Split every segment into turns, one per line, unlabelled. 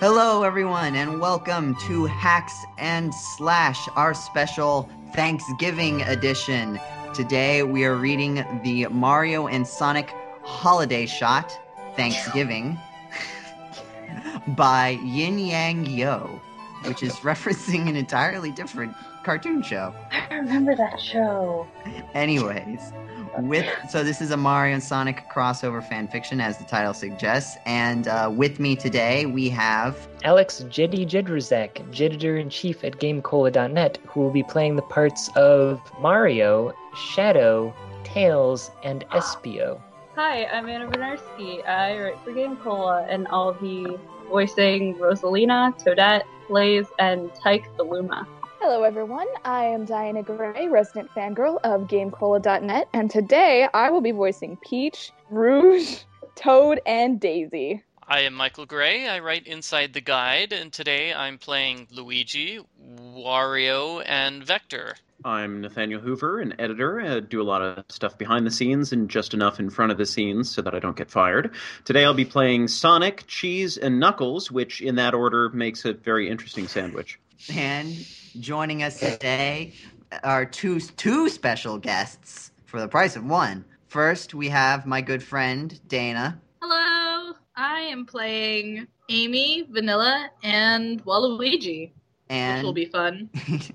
Hello, everyone, and welcome to Hacks and Slash, our special Thanksgiving edition. Today, we are reading the Mario and Sonic Holiday Shot, Thanksgiving, by Yin Yang Yo, which is referencing an entirely different cartoon show.
I remember that show.
Anyways, with so this is a Mario and Sonic crossover fan fiction, as the title suggests. And uh, with me today we have
Alex Jedi Jedrzak, editor in chief at GameCola.net, who will be playing the parts of Mario, Shadow, Tails, and Espio.
Hi, I'm Anna Bernarski. I write for Game Cola and I'll be voicing Rosalina, Toadette, Blaze, and Tyke the Luma.
Hello, everyone. I am Diana Gray, resident fangirl of GameCola.net, and today I will be voicing Peach, Rouge, Toad, and Daisy.
I am Michael Gray. I write Inside the Guide, and today I'm playing Luigi, Wario, and Vector.
I'm Nathaniel Hoover, an editor. I do a lot of stuff behind the scenes and just enough in front of the scenes so that I don't get fired. Today I'll be playing Sonic, Cheese, and Knuckles, which in that order makes a very interesting sandwich.
and joining us today are two two special guests for the price of one. First, we have my good friend Dana,
Hello, I am playing Amy, Vanilla, and Waluigi, which will
and
be fun.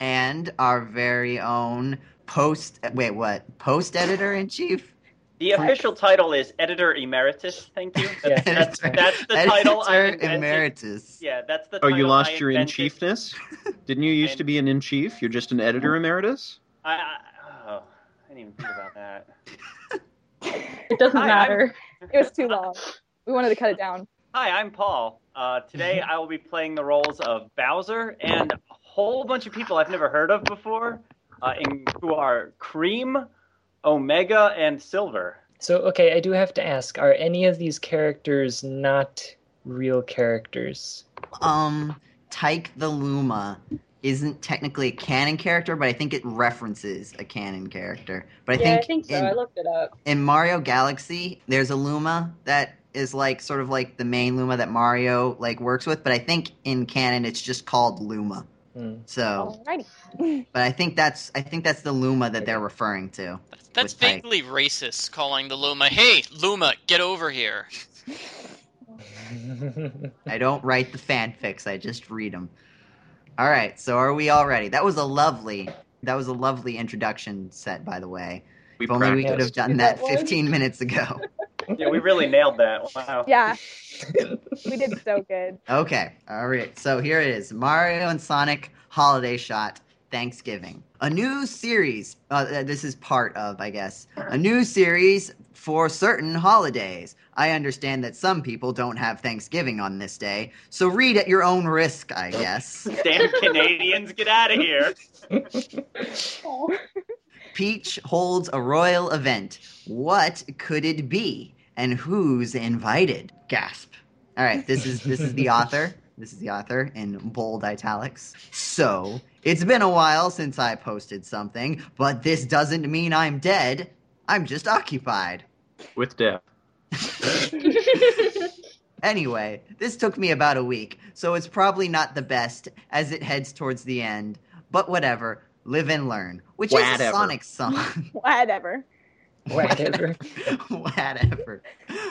and our very own post wait what post editor in chief.
The official title is Editor Emeritus. Thank you.
Yeah.
That's, that's, that's the title I
Editor
invented.
emeritus.
Yeah, that's the
Oh,
title.
you
I
lost your in
invented.
chiefness? Didn't you used to be an in chief? You're just an editor emeritus?
I, I, oh, I didn't even think about that.
It doesn't
Hi, I'm-
matter.
It was too long. We wanted to cut it down.
Hi, I'm Paul. Uh, today I will be playing the roles of Bowser and a whole bunch of people I've never heard of before, uh, in, who are Cream, Omega, and Silver.
So, okay, I do have to ask are any of these characters not real characters?
um Tyke the Luma isn't technically a canon character, but I think it references a canon character. But I
yeah,
think,
I think so.
in,
I looked it up.
in Mario Galaxy, there's a Luma that is like sort of like the main Luma that Mario like works with, but I think in canon it's just called Luma.
Hmm.
So,
Alrighty.
but I think that's I think that's the Luma that they're referring to.
That's, that's
With Tyke.
vaguely racist calling the Luma, hey, Luma, get over here.
I don't write the fanfics, I just read them. All right, so are we all ready? That was a lovely that was a lovely introduction set by the way.
We
If only we could have
practiced.
done
Did
that
that one?
15 minutes ago.
Yeah, we really nailed that. Wow.
Yeah, we did so good.
Okay. All right. So here it is Mario and Sonic Holiday Shot Thanksgiving. A new series. Uh, this is part of, I guess. A new series for certain holidays. I understand that some people don't have Thanksgiving on this day, so read at your own risk, I guess.
Damn Canadians, get out of here.
Peach holds a royal event. What could it be? And who's invited? Gasp. All right, this is this is the author. This is the author in bold italics. So, it's been a while since I posted something, but this doesn't mean I'm dead. I'm just occupied.
with death.
Anyway, this took me about a week, so it's probably not the best as it heads towards the end. But whatever, live and learn, which is a
Whatever.
Sonic song.
Whatever.
Whatever.
Whatever.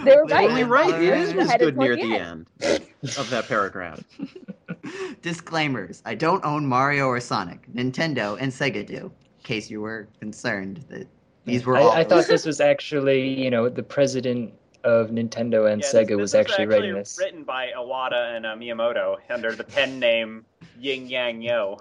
They were
Live
Right.
Only
and
right
Right.
it is
learn.
is
Headed
good near
toward
the
the
end of that paragraph.
Disclaimers I don't own Mario or Sonic. Nintendo and Sega do. In case you were concerned that these were all.
I, I thought this was actually, you know, the president of Nintendo and
Yeah,
Sega
this-
was
this
actually, writing this.
Written by Awada and uh, Miyamoto under the pen name Yin Yang Yo.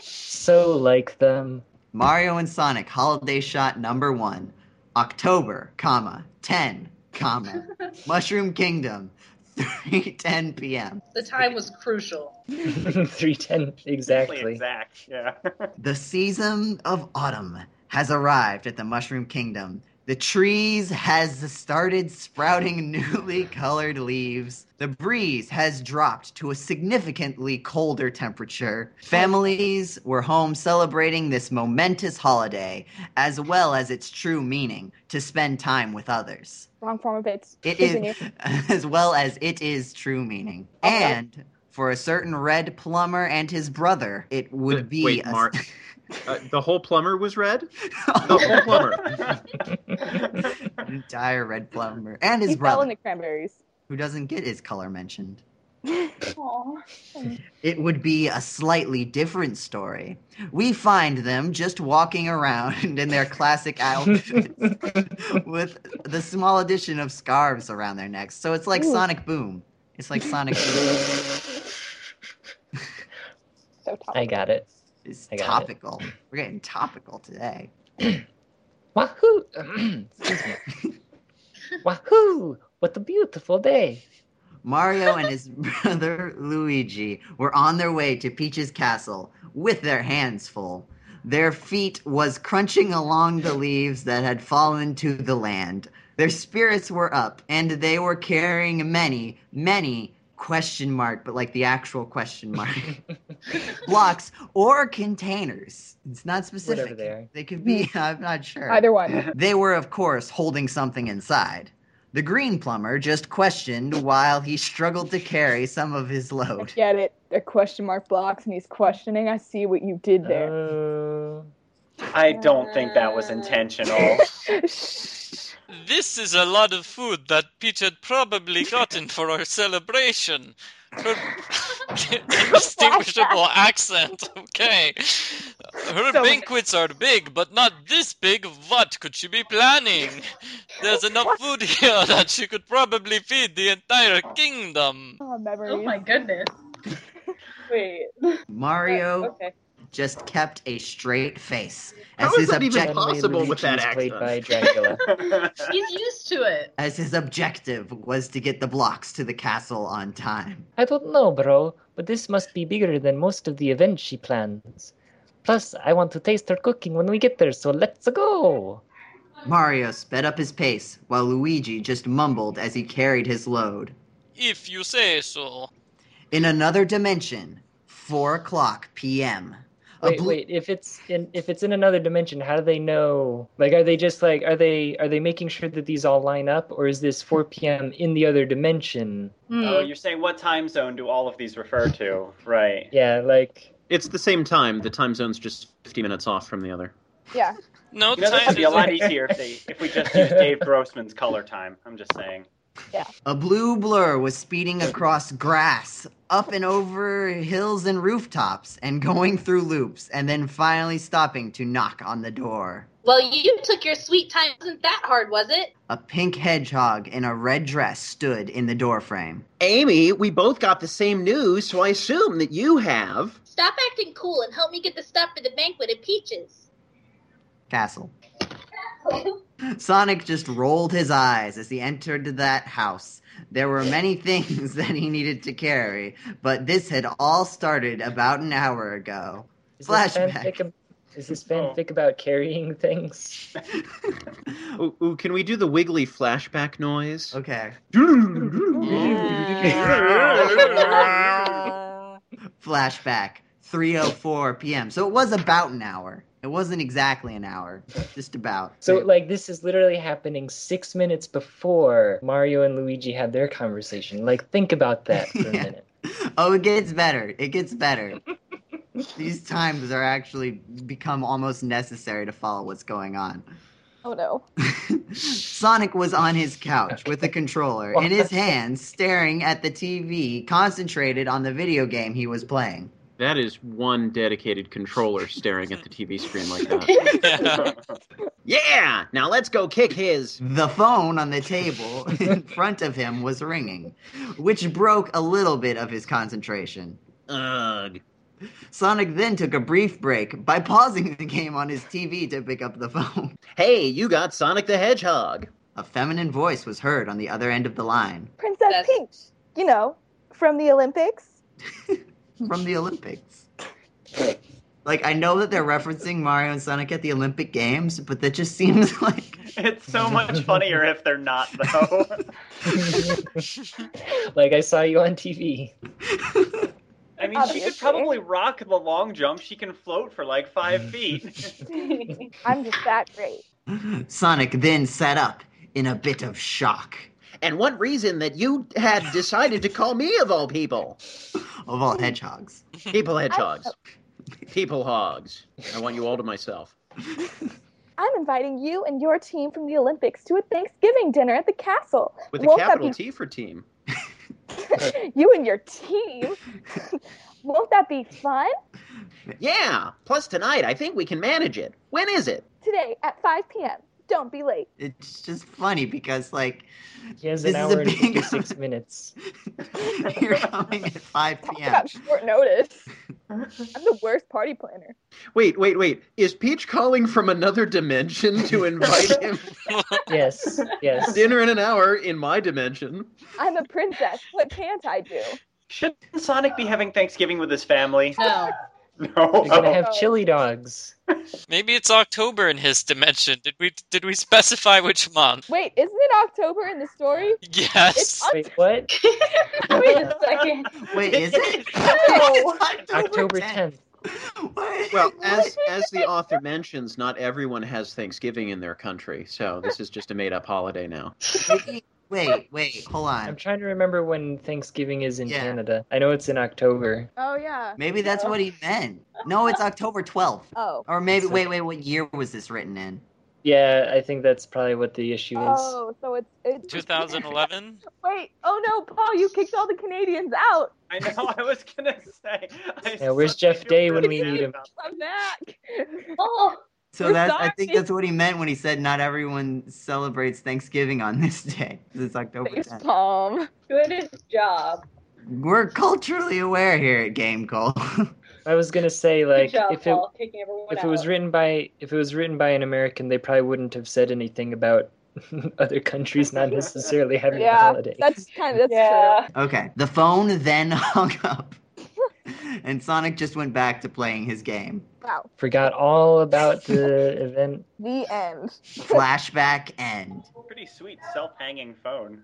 So like them.
Mario and Sonic holiday shot number one. October, comma, 10, comma, Mushroom Kingdom, 3.10 p.m.
the time was crucial.
310
Really
exactly.
Exact. Yeah.
The season of autumn has arrived at the Mushroom Kingdom. The trees has started sprouting newly colored leaves. The breeze has dropped to a significantly colder temperature. Families were home celebrating this momentous holiday, as well as its true meaning to spend time with others.
Wrong form of it.
It
Continue.
is, as well as it is true meaning.
Okay.
And for a certain red plumber and his brother, it would
Wait,
be.
wait,
a-
Mar- Uh, the whole plumber was red. The whole plumber.
entire red plumber and his
He fell in
brother,
the cranberries.
who doesn't get his color mentioned.
Aw.
It would be a slightly different story. We find them just walking around in their classic outfits with the small addition of scarves around their necks. So it's like
Ooh.
Sonic Boom. It's like Sonic Boom.
So tough.
I got it.
It's
I got it.
topical. We're getting topical today.
Wahoo! Excuse me. Wahoo! What a beautiful day.
Mario and his brother Luigi were on their way to Peach's castle with their hands full. Their feet was crunching along the leaves that had fallen to the land. Their spirits were up, and they were carrying many, many question mark, but like the actual question mark blocks or containers. It's not specific.
Whatever they are.
They could be. I'm not sure.
Either one.
They were, of course, holding something inside. The green plumber just questioned while he struggled to carry some of his
I
load.
get it. They're question mark blocks, and he's questioning. I see what you did there.
Oh.
I don't think that was intentional.
Uh,
This is a lot of food that Peach had probably gotten for our celebration. Her indistinguishable accent, okay. Her
So-
banquets are big, but not this big. What could she be planning? There's enough food here that she could probably feed the entire kingdom.
oh,
Oh
memories.
my goodness. Wait.
Mario
Okay.
just kept a straight face
How
as
is
his
that even
objective
possible? with that
Luigi is Played
accent.
by Dracula.
He's used to it.
as his objective was to get the blocks to the castle on time.
I don't know, bro, but this must be bigger than most of the events she plans. Plus, I want to taste her cooking when we get there, so let's go!
Mario sped up his pace while Luigi just mumbled as he carried his load.
If you say so.
In another dimension, 4 o'clock p.m. A
Wait,
bl-
wait. If it's in if it's in another dimension, how do they know? Like, are they just like are they are they making sure that these all line up, or is this 4 p.m. in the other dimension?
Hmm.
oh, you're saying what time zone do all of these refer to? Right.
Yeah, like
It's the same time. The time zone's just 50 minutes off from the other.
Yeah.
No
You know, this
time
would be a
is
lot easier if, they, if we just used Dave Grossman's color time. I'm just saying.
A blue blur was speeding across grass, up and over hills and rooftops, and going through loops, and then finally stopping to knock on the door.
Well, you took your sweet time. It wasn't that hard, was it?
A pink hedgehog in a red dress stood in the doorframe.
Amy, we both got the same news, so I assume that you have.
Stop acting cool and help me get the stuff for the banquet at Peaches.
Castle. Sonic just rolled his eyes as he entered that house. There were many things that he needed to carry, but this had all started about an hour ago.
is
Flashback.
This fanfic, ab- is this fanfic about carrying things?
Ooh, ooh, can we do the wiggly flashback noise?
Okay.
Uh,
flashback 304 p.m so it was about an hour it wasn't exactly an hour just about
So like this is literally happening six minutes before Mario and Luigi had their conversation. Like think about that for a
Yeah.
minute.
oh it gets better it gets better these times are actually become almost necessary to follow what's going on
Oh no.
Sonic was on his couch with the controller in his hand, staring at the TV, concentrated on the video game he was playing.
That is one dedicated controller staring at the TV screen like that. yeah! Now let's go kick his.
The phone on the table in front of him was ringing, which broke a little bit of his concentration.
Ugh.
Sonic then took a brief break by pausing the game on his TV to pick up the phone.
Hey, you got Sonic the Hedgehog.
A feminine voice was heard on the other end of the line
Princess
That's-
Peach. You know, from the Olympics.
from the Olympics. Like, I know that they're referencing Mario and Sonic at the Olympic Games, but that just seems like.
It's so much funnier if they're not, though.
like I saw you on TV.
I mean, she could
Obviously.
probably rock the long jump. She can float for like five feet.
I'm just that great.
Sonic then sat up in a bit of shock.
And one reason that you had decided to call me, of all people,
Of all hedgehogs.
people hedgehogs, people hogs. I want you all to myself.
I'm inviting you and your team from the Olympics to a Thanksgiving dinner at the castle.
With a
Won't that
capital
be-
T for team.
you and your team. Won't that be fun?
Yeah. Plus tonight, I think we can manage it. When is it?
Today at 5 p.m. Don't be late.
It's just funny because, like,
He has
This
an
is a
hour and
big-
56 minutes.
you're coming at 5
Talk
p.m.
about short notice. I'm the worst party planner.
Wait, wait, wait. Is Peach calling from another dimension to invite him
Yes,
to
yes.
dinner in an hour in my dimension?
I'm a princess. What can't I do?
Shouldn't Sonic be having Thanksgiving with his family?
No.
They're
Oh.
gonna
No.
have chili dogs.
Maybe it's October in his dimension. Did we did we specify which month?
Wait, isn't it October in the story?
Yes.
Wait, what?
Wait a second.
Wait, is it?
No.
It's
October 10th.
What?
Well, as as the author mentions, not everyone has Thanksgiving in their country, so this is just a made up holiday now.
wait, wait, hold
I'm
on.
trying to remember when Thanksgiving is in
Yeah.
Canada. I know it's in October.
Oh yeah.
Maybe that's what he meant. No, it's October 12th.
Oh.
Or maybe,
So-
wait, wait, what year was this written in?
Yeah, I think that's probably what the issue is.
Oh, so it's, it's
2011.
Wait. Oh no, Paul, you kicked all the Canadians out.
I know. I was gonna say. I
Yeah, where's Jeff
suddenly feel
Day when
really
we need
bad
him?
about
I'm back.
Oh,
So
We're
that's I think
sorry.
that's what he meant when he said not everyone celebrates Thanksgiving on this day. 'cause It's October
Face
10th.
palm.
good job.
We're culturally aware here at Game Cole.
I was gonna say like
good job,
if it
Paul, kicking everyone
if
out.
it was written by if it was written by an American, they probably wouldn't have said anything about other countries not necessarily having a
Yeah,
holiday.
that's kind of that's
yeah.
okay. The phone then hung up. and Sonic just went back to playing his game.
true. Wow.
Forgot all about the event.
The end.
Flashback end.
Pretty sweet self-hanging phone.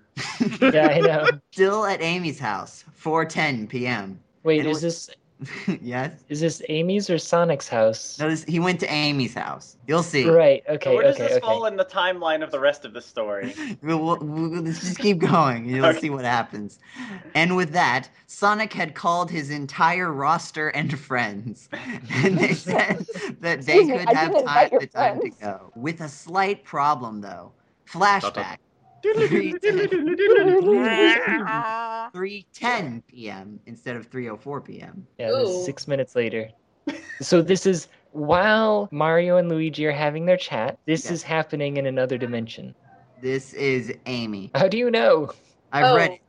Yeah, I know.
Still at Amy's house, 4:10 p.m.
Wait,
And
is
it
this
yes.
is this Amy's or Sonic's house?
Notice he went to Amy's house. You'll see.
Right.
So
Okay.
where does
okay.
this
okay.
fall in the timeline of the rest of the story?
We'll, we'll, we'll just keep going. and You'll
Okay.
see what happens. And with that, Sonic had called his entire roster and friends, and they said that they
Excuse me,
could
I
have
didn't
time,
invite your
the time to
friends.
go. With a slight problem, though. Flashback. 310 3:10 p.m. instead of 3:04 p.m.
Yeah, this is
Ooh.
six minutes later. so this is while Mario and Luigi are having their chat. This
Yeah.
is happening in another dimension.
This is Amy.
How do you know?
I've
Oh.
read it.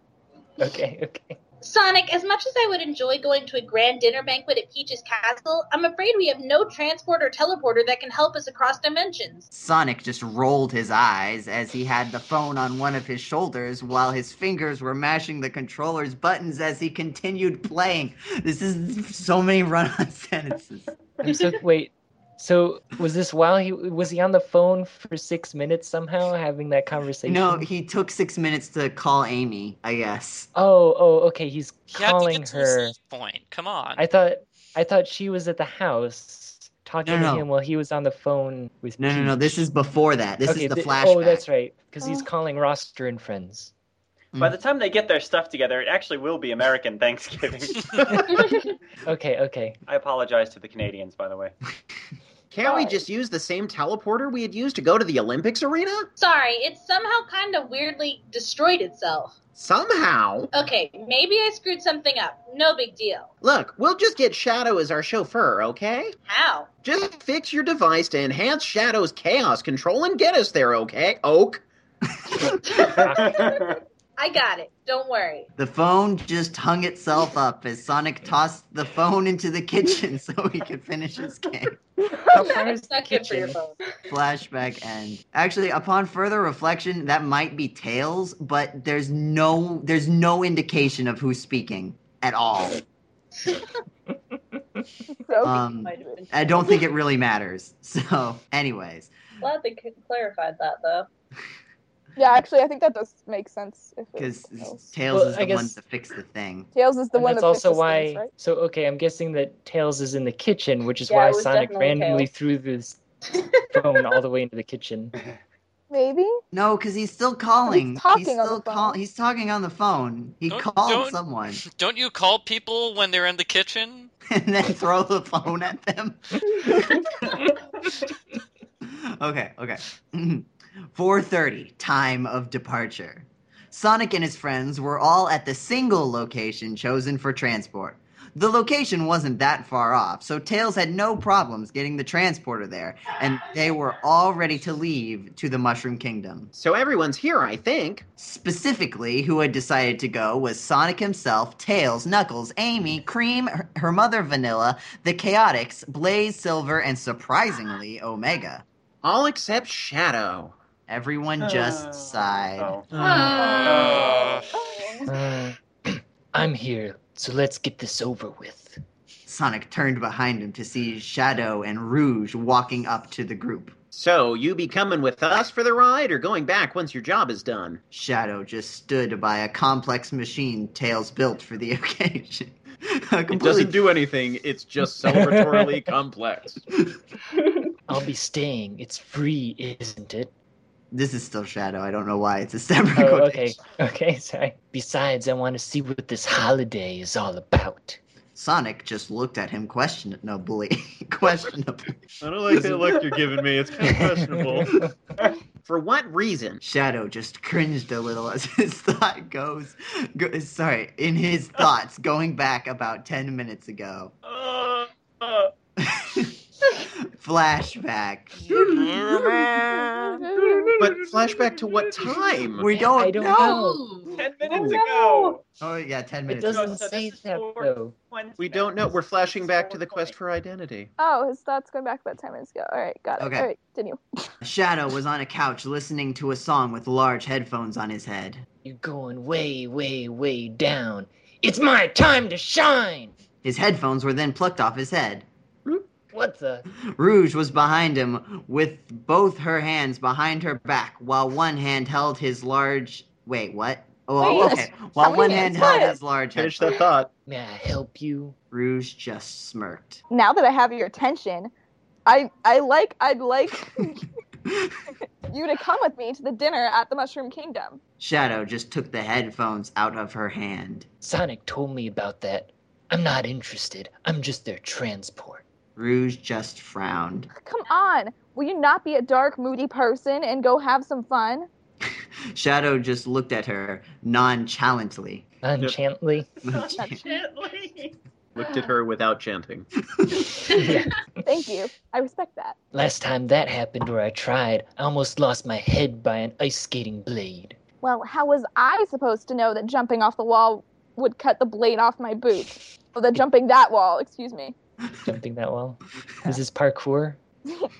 Okay. Okay.
Sonic, as much as I would enjoy going to a grand dinner banquet at Peach's Castle, I'm afraid we have no transport or teleporter that can help us across dimensions.
Sonic just rolled his eyes as he had the phone on one of his shoulders while his fingers were mashing the controller's buttons as he continued playing. This is so many run on sentences.
I'm so wait. So was this while he was he on the phone for six minutes somehow having that conversation?
No, he took six minutes to call Amy, I guess.
Oh, oh, okay. He's
He had to
calling
get to
her.
her. point. Come on.
I thought I thought she was at the house talking
No, no,
to
no.
him while he was on the phone with.
No, no, no. This
Peach.
is before that. This
okay,
is the
th-
flashback.
Oh, that's right. Because he's
Oh.
calling Roster and friends.
Mm.
By the time they get their stuff together, it actually will be American Thanksgiving.
Okay, okay.
I apologize to the Canadians, by the way.
Can't we
Right.
just use the same teleporter we had used to go to the Olympics arena?
Sorry, it somehow kind of weirdly destroyed itself.
Somehow.
Okay, maybe I screwed something up. No big deal.
Look, we'll just get Shadow as our chauffeur, okay?
How?
Just fix your device to enhance Shadow's chaos control and get us there, okay? Oak.
I got it. Don't worry.
The phone just hung itself up as Sonic tossed the phone into the kitchen so he could finish his game.
How far is
It's
the
not good for your
kitchen?
phone.
flashback end. Actually, upon further reflection, that might be Tails, but there's no there's no indication of who's speaking at all.
So
Um,
Might have been.
I don't think it really matters. So, anyways,
Glad they c- clarified that, though.
yeah, actually, I think that does make sense. If
because
it's Tails.
Tails
Well,
is
I
the one
guess-
to fix the thing.
Tails is the
and
one
that's
that
also
fixes
why.
things, right?
So okay, I'm guessing that Tails is in the kitchen, which is
Yeah,
why
it was
Sonic
definitely
randomly
Tails.
threw this phone all the way into the kitchen.
Maybe.
No, because he's still calling.
He's talking on
still
the phone.
call- He's talking on the phone. He
Don't-
called
don't-
someone
Don't you call people when they're in the kitchen?
and then throw the phone at them. okay, okay. 4:30, time of departure. Sonic and his friends were all at the single location chosen for transport. The location wasn't that far off, so Tails had no problems getting the transporter there, and they were all ready to leave to the Mushroom Kingdom.
So everyone's here, I think.
Specifically, who had decided to go was Sonic himself, Tails, Knuckles, Amy, Cream, her, her mother Vanilla, the Chaotix, Blaze Silver, and surprisingly, Omega.
All except Shadow.
Everyone just sighed.
Oh.
Uh,
Uh, I'm here, so let's get this over with.
Sonic turned behind him to see Shadow and Rouge walking up to the group.
So you be coming with us for the ride, or going back once your job is done?
Shadow just stood by a complex machine Tails built for the occasion. A
It
completely-
doesn't do anything. It's just celebratorily complex.
I'll be staying. It's free, isn't it?
this is still Shadow. I don't know why it's a separate
Oh,
quotation.
okay. Okay, sorry. Besides, I want to see what this holiday is all about.
Sonic just looked at him questionably. questionably.
I don't
like that
look you're giving me. It's kind For what reason?
Shadow just cringed a little as his thought goes. Go, sorry, in his thoughts, going back about 10 minutes ago.
Uh, uh,
Flashback.
But flashback to what time?
We don't,
I don't
know.
Ooh.
Ten minutes ago.
Oh,
Oh, yeah, 10
It
minutes.
doesn't
so this
say
is
that,
for-
though.
We don't know. We're flashing back to the quest for identity.
Oh, his thoughts going back about 10 minutes ago. All right, got it.
Okay.
All right, continue.
Shadow was on a couch listening to a song with large headphones on his head.
You're going way, way, way down. It's my time to shine!
His headphones were then plucked off his head.
What the?
Rouge was behind him with both her hands behind her back while one hand held his large. Wait, what? Oh,
Wait,
okay. While
how
one
many
hand
hands?
held
What?
his large head,
Finish that thought.
May I help you?
Rouge just smirked.
Now that I have your attention, I I like I'd like you to come with me to the dinner at the Mushroom Kingdom.
Shadow just took the headphones out of her hand.
Sonic told me about that. I'm not interested. I'm just their transport.
Rouge just frowned.
Come on. Will you not be a dark, moody person and go have some fun?
Shadow just looked at her nonchalantly.
Unchantly?
Looked at her without chanting.
yeah.
Thank you. I respect that.
Last time that happened, or I tried, I almost lost my head by an ice skating blade.
Well, how was I supposed to know that jumping off the wall would cut the blade off my boot? Oh, that jumping that wall, excuse me.
Jumping that wall? Is this parkour?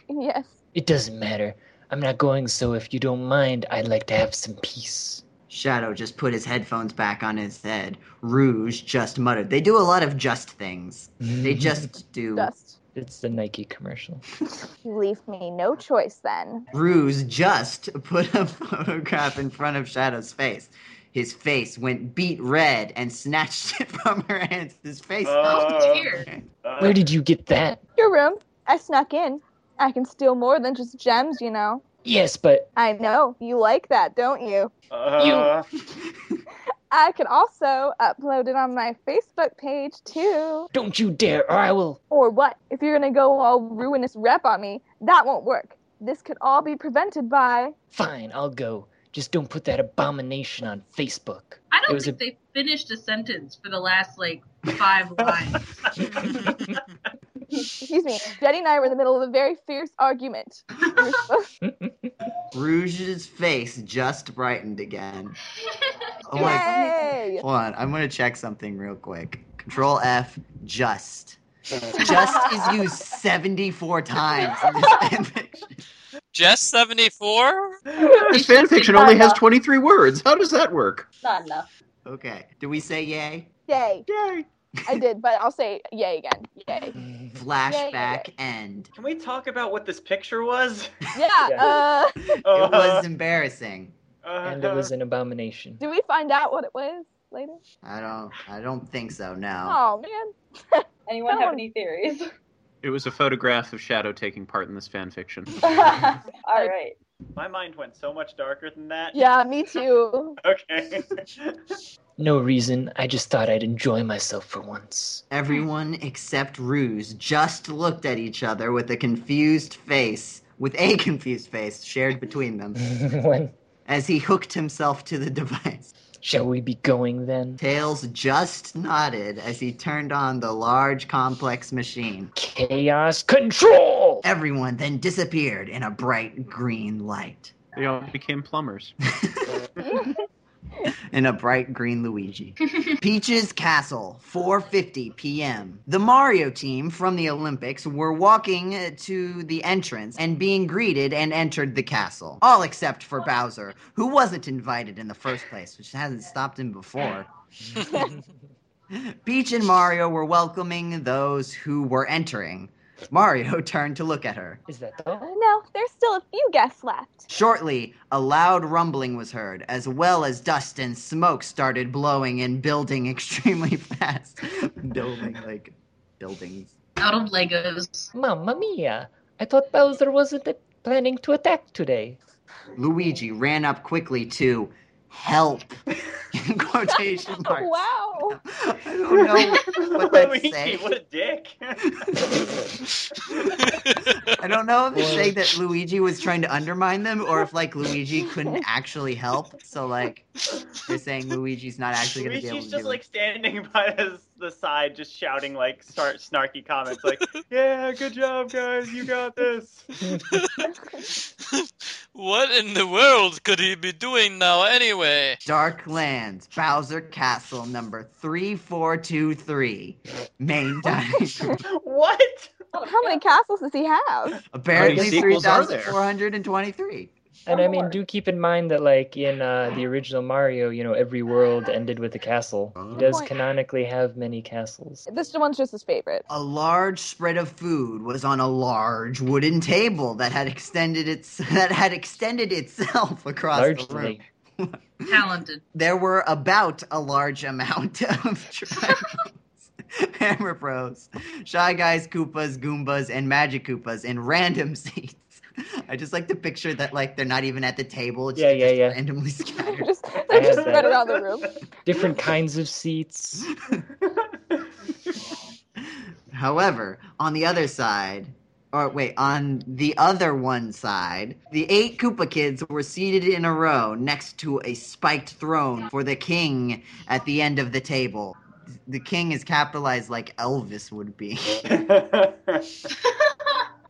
Yes.
It doesn't matter. I'm not going, so if you don't mind, I'd like to have some peace.
Shadow just put his headphones back on his head. Rouge just muttered. They do a lot of just things. They just do.
Dust.
Mm-hmm. It's the Nike commercial.
You leave me no choice then.
Ruse just put a photograph in front of Shadow's face. His face went beet red and snatched it from her hands. His face.
Uh,
dear.
uh,
Where did you get that?
Your room. I snuck in. I can steal more than just gems, you know.
Yes, but
I know. You like that, don't you?
uh,
I can also upload it on my Facebook page too.
don't you dare, or I will.
Or what? If you're gonna go all ruinous rep on me, that won't work. This could all be prevented by.
Fine, I'll go. Just don't put that abomination on Facebook.
I
It
don't
was
think they finished a sentence for the last like five lines.
Excuse me. Jetty and I were in the middle of a very fierce argument. We were supposed-
Rouge's face just brightened again. Oh my.
Yay!
Hold on. I'm going to check something real quick. Control F, just. Just is used 74 times in this fanfiction.
Jess 74?
This fanfiction only has 23 words. How does that work?
Not enough.
Okay. Do we say yay?
Yay!
Yay.
I did, but I'll say yay again. Yay!
a.
Mm-hmm. Flashback end.
can we talk about what this picture was?
Yeah.
Yeah.
Uh,
Oh.
It was embarrassing.
Uh,
And it was an abomination.
do we find out what it was later?
I don't. I don't think so. No.
Oh man.
Anyone have any theories?
It was a photograph of Shadow taking part in this fanfiction.
All right.
My mind went so much darker than that.
Yeah, me too.
Okay.
No reason. I just thought I'd enjoy myself for once.
Everyone except Ruse just looked at each other with a confused face, with a confused face shared between them,
when
as he hooked himself to the device.
shall we be going then?
Tails just nodded as he turned on the large, complex machine.
Chaos control.
Everyone then disappeared in a bright green light.
They all became plumbers.
in a bright green Luigi. Peach's Castle, 4:50 p.m. The Mario team from the Olympics were walking uh, to the entrance and being greeted and entered the castle. All except for Bowser, who wasn't invited in the first place, which hasn't stopped him before. Peach and Mario were welcoming those who were entering. Mario turned to look at her.
Is that all?
No, there's still a few guests left.
Shortly, a loud rumbling was heard, as well as dust and smoke started blowing and building extremely fast. building, like, buildings.
Out of Legos.
Mamma mia! I thought Bowser wasn't a- planning to attack today.
Luigi ran up quickly to help. In quotation marks.
Wow.
I don't know what that's
Luigi,
saying.
what a dick.
I don't know if it's
Or-
saying that Luigi was trying to undermine them or if, like, Luigi couldn't actually help. So, like, they're saying Luigi's not actually going to be able
Luigi's
to
just
do
like
it.
standing by his, the side, just shouting like start snarky comments, like, "Yeah, good job, guys, you got this."
what in the world could he be doing now anyway?
Dark Lands, Bowser Castle, number 3423. Main dining room.
What?
How many castles does he have?
Apparently
sequels are there?
3,423.
And I mean, do keep in mind that, like in uh, the original Mario, you know, every world ended with a castle. He does
point.
canonically have many castles.
This one's just his favorite.
A large spread of food was on a large wooden table that had extended its that had extended itself across the room.
Largely,
Talented.
There were about a large amount of triangles, hammer bros, shy guys, Koopas, Goombas, and Magic Koopas in random seats. I just like to picture that like they're not even at the table. It's
Yeah,
just
yeah, yeah.
Randomly scattered.
just, they're just
have
spread
that.
around the room.
different kinds of seats.
However, on the other side, or wait, on the other one side, the eight Koopa kids were seated in a row next to a spiked throne for the king at the end of the table. The king is capitalized like Elvis would be.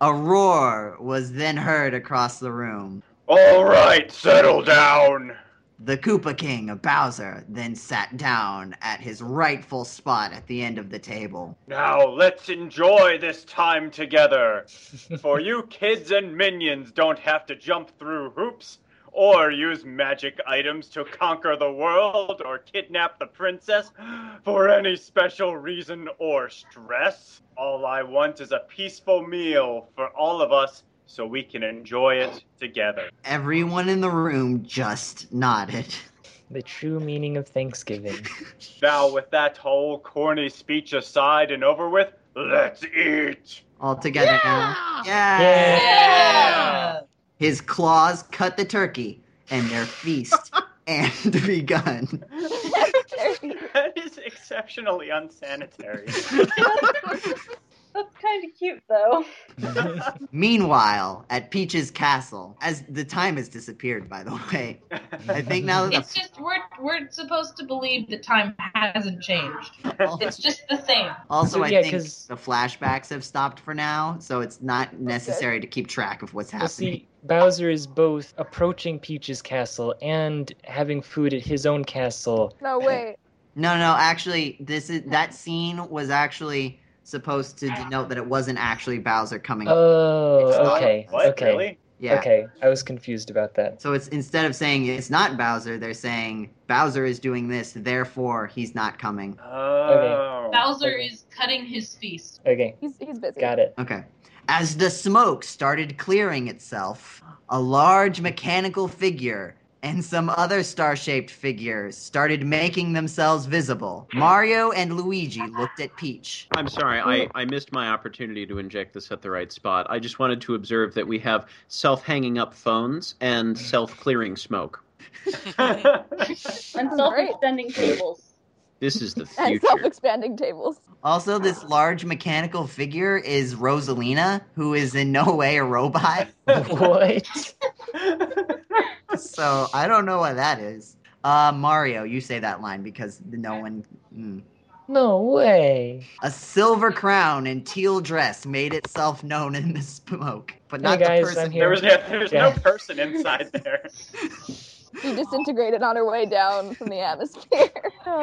A roar was then heard across the room.
All right, settle down.
The Koopa King of Bowser then sat down at his rightful spot at the end of the table.
Now let's enjoy this time together. For you kids and minions don't have to jump through hoops or use magic items to conquer the world or kidnap the princess for any special reason or stress. All I want is a peaceful meal for all of us so we can enjoy it together.
Everyone in the room just nodded.
The true meaning of Thanksgiving.
Now, with that whole corny speech aside and over with, let's eat!
All together now. Yeah.
Yeah.
His claws cut the turkey, and their feast and begun.
That is exceptionally unsanitary.
That's kind of cute, though.
Meanwhile, at Peach's castle, as the time has disappeared, by the way, I think now that
It's just we're we're supposed to believe that time hasn't changed. It's just the same.
Also,
So,
I
yeah,
think
'cause-
the flashbacks have stopped for now, so it's not necessary to keep track of what's
Well,
happening.
see, Bowser is both approaching Peach's castle and having food at his own castle.
No, wait.
No, no, actually, this is that scene was actually supposed to denote that it wasn't actually Bowser coming. It's
Oh,
not-
okay,
what?
okay,
Really?
yeah.
okay. I was confused about that.
So it's instead of saying it's not Bowser, they're saying Bowser is doing this, therefore he's not coming.
Oh.
Bowser
Okay.
is cutting his feast.
Okay,
He's, he's busy.
got it.
Okay. As the smoke started clearing itself, a large mechanical figure and some other star shaped figures started making themselves visible. Mario and Luigi looked at Peach.
I'm sorry, I, I missed my opportunity to inject this at the right spot. I just wanted to observe that we have self hanging up phones and self clearing smoke.
And
Oh,
self
great.
extending tables.
This is the
and self
future.
expanding tables.
Also, this large mechanical figure is Rosalina, who is in no way a robot.
what?
so I don't know what that is. Uh, Mario, you say that line because no one. mm.
No way.
A silver crown and teal dress made itself known in the smoke, but
Hey,
not
guys,
the person.
I'm here.
There was no, there was no
Yeah.
person inside there.
She disintegrated on her way down from the atmosphere.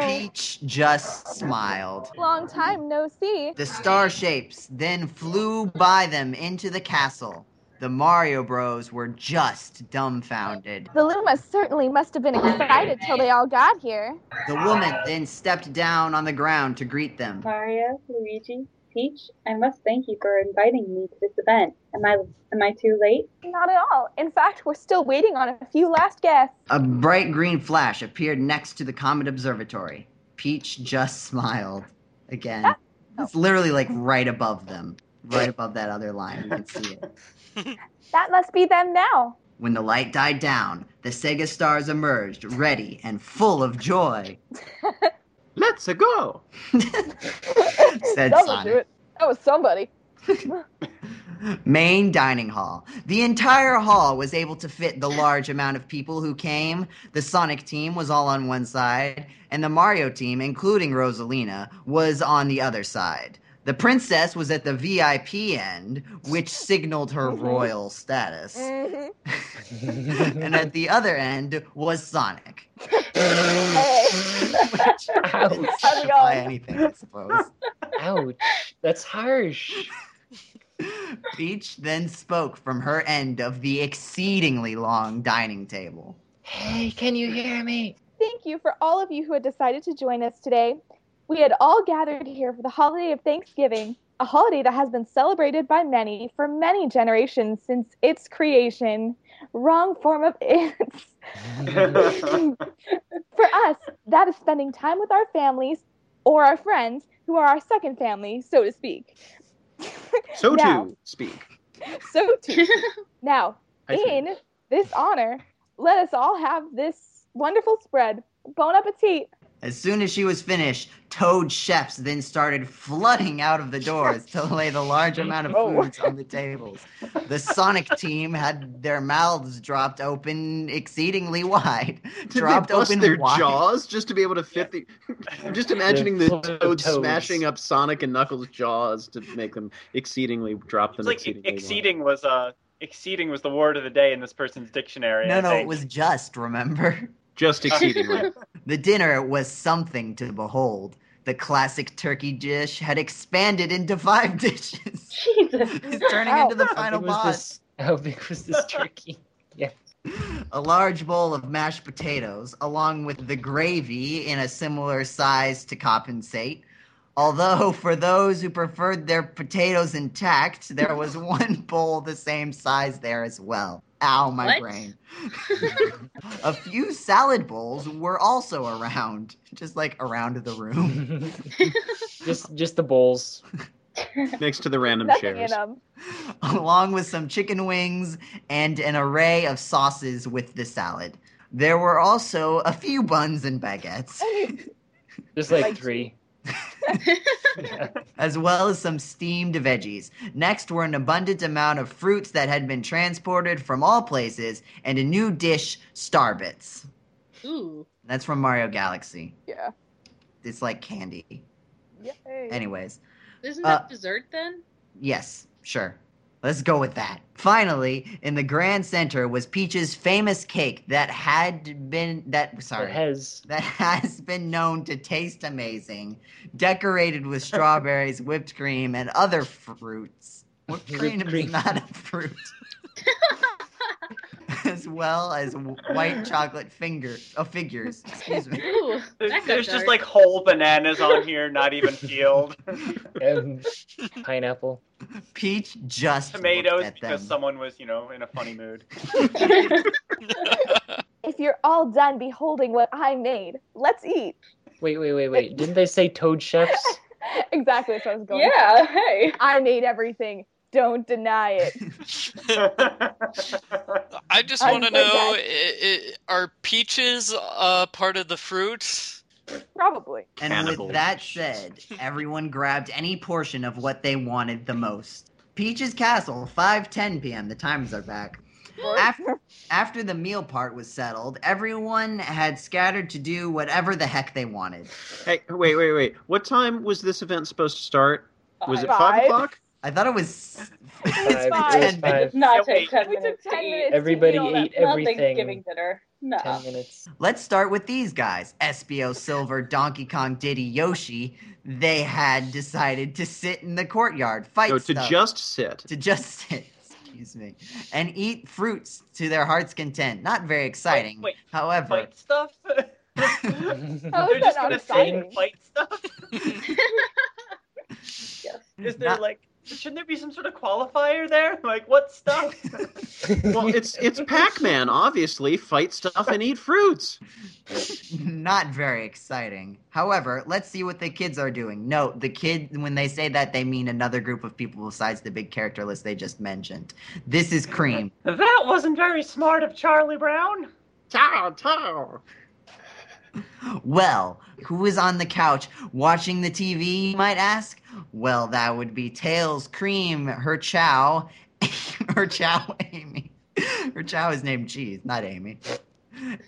Peach just smiled.
Long time no see.
The star shapes then flew by them into the castle. The Mario Bros were just dumbfounded.
The Luma certainly must have been excited till they all got here.
The woman then stepped down on the ground to greet them.
Mario, Luigi, Peach, I must thank you for inviting me to this event. Am I am I too late?
Not at all. In fact, we're still waiting on a few last guests.
A bright green flash appeared next to the Comet Observatory. Peach just smiled again. It's literally like right above them, right above that other line. You can see it.
That must be them now.
When the light died down, the Sega stars emerged, ready and full of joy.
Let's go.
Said
That would do
Sonic.
it. That was somebody.
Main dining hall. The entire hall was able to fit the large amount of people who came. The Sonic team was all on one side, and the Mario team, including Rosalina, was on the other side. The princess was at the VIP end, which signaled her
Mhm.
royal status.
Mhm.
and at the other end was Sonic.
Hey.
Which
Ouch.
How's it
supply
going?
anything, I suppose.
Ouch. That's harsh.
Peach then spoke from her end of the exceedingly long dining table.
Hey, can you hear me?
Thank you for all of you who had decided to join us today. We had all gathered here for the holiday of Thanksgiving, a holiday that has been celebrated by many for many generations since its creation. Wrong form of its. for us, that is spending time with our families or our friends who are our second family, so to speak.
So
Now.
to speak.
So too. Now,
I think.
in this honor, let us all have this wonderful spread. Bon appetit.
As soon as she was finished, Toad chefs then started flooding out of the doors to lay the large amount of
Oh.
foods on the tables. The Sonic team had their mouths dropped open exceedingly wide.
Did they
dropped
bust
open
their
wide.
jaws just to be able to fit the? I'm just imagining the
They're
toad
toads.
smashing up Sonic and Knuckles' jaws to make them exceedingly drop them
It's like
exceedingly. wide.
exceeding was uh exceeding was the word of the day in this person's dictionary.
No,
I
no,
think.
it was just, remember?
Just exceedingly.
The dinner was something to behold. The classic turkey dish had expanded into five dishes.
Jesus.
It's turning
Ow.
into the
How
final
big, was
boss.
this, how big was this turkey?
a large bowl of mashed potatoes, along with the gravy in a similar size to compensate. Although, for those who preferred their potatoes intact, there was one bowl the same size there as well. Ow, my
What?
brain. a few salad bowls were also around, just like around the room.
just just the bowls.
Next to the random
Nothing in
chairs.
'em.
along with some chicken wings and an array of sauces with the salad. There were also a few buns and baguettes,
Just like
Like
three. Yeah.
as well as some steamed veggies. Next were an abundant amount of fruits that had been transported from all places and a new dish, Starbits.
Ooh.
That's from Mario Galaxy.
Yeah.
It's like candy.
Yay.
Anyways.
Isn't
Uh,
that dessert then?
Yes, sure. Let's go with that. Finally, in the grand center was Peach's famous cake that had been that
Or
sorry
has.
that has been known to taste amazing, decorated with strawberries, whipped cream, and other fruits. Whipped
Whipped
cream is
cream.
not a fruit. as well as w- white chocolate finger oh, figures. Excuse me.
Ooh.
There's,
That got
there's just
dark.
like whole bananas on here, not even peeled.
Um, pineapple.
Peach just looked
Tomatoes
at them.
because someone was, you know, in a funny mood.
If you're all done beholding what I made, let's eat.
Wait, wait, wait, wait. Didn't they say toad chefs?
exactly that's what I was going. for.
Yeah, hey.
I made everything. Don't deny it.
I just
I'm
want to
so
know: i i are peaches uh, part of the fruit?
Probably.
And
Cannibal.
with that said, everyone grabbed any portion of what they wanted the most. Peach's Castle, 5:10 p.m. The times are back. After, after the meal part was settled, everyone had scattered to do whatever the heck they wanted.
Hey, wait, wait, wait. What time was this event supposed to start? Was it
Five.
five o'clock?
I thought it was
Five,
it's been
five.
it was
10 minutes.
five,
Yeah,
Not
wait.
take ten
We took
minutes.
10
to eat.
minutes.
Everybody
It's a meal
ate
that's not
Not
everything.
Thanksgiving dinner. No.
Ten minutes.
Let's start with these guys SBO Silver, Donkey Kong, Diddy, Yoshi. They had decided to sit in the courtyard, fight
No, to
stuff,
just sit.
to just sit. Excuse me, and eat fruits to their heart's content. Not very exciting,
wait,
however.
Fight stuff? They're
How is that
just
not
gonna sit
exciting?
and fight stuff?
Yes.
Is there
Not-
like shouldn't there be some sort of qualifier there? Like what stuff?
Well, it's it's Pac-Man, obviously. Fight stuff and eat fruits.
Not very exciting. However, let's see what the kids are doing. No, the kid when they say that they mean another group of people besides the big character list they just mentioned. This is Cream.
that wasn't very smart of Charlie Brown.
Tow, tow.
Well, who is on the couch watching the TV, you might ask? Well, that would be Tails, Cream, her chow, her chow, Amy. Her chow is named Cheese, not Amy.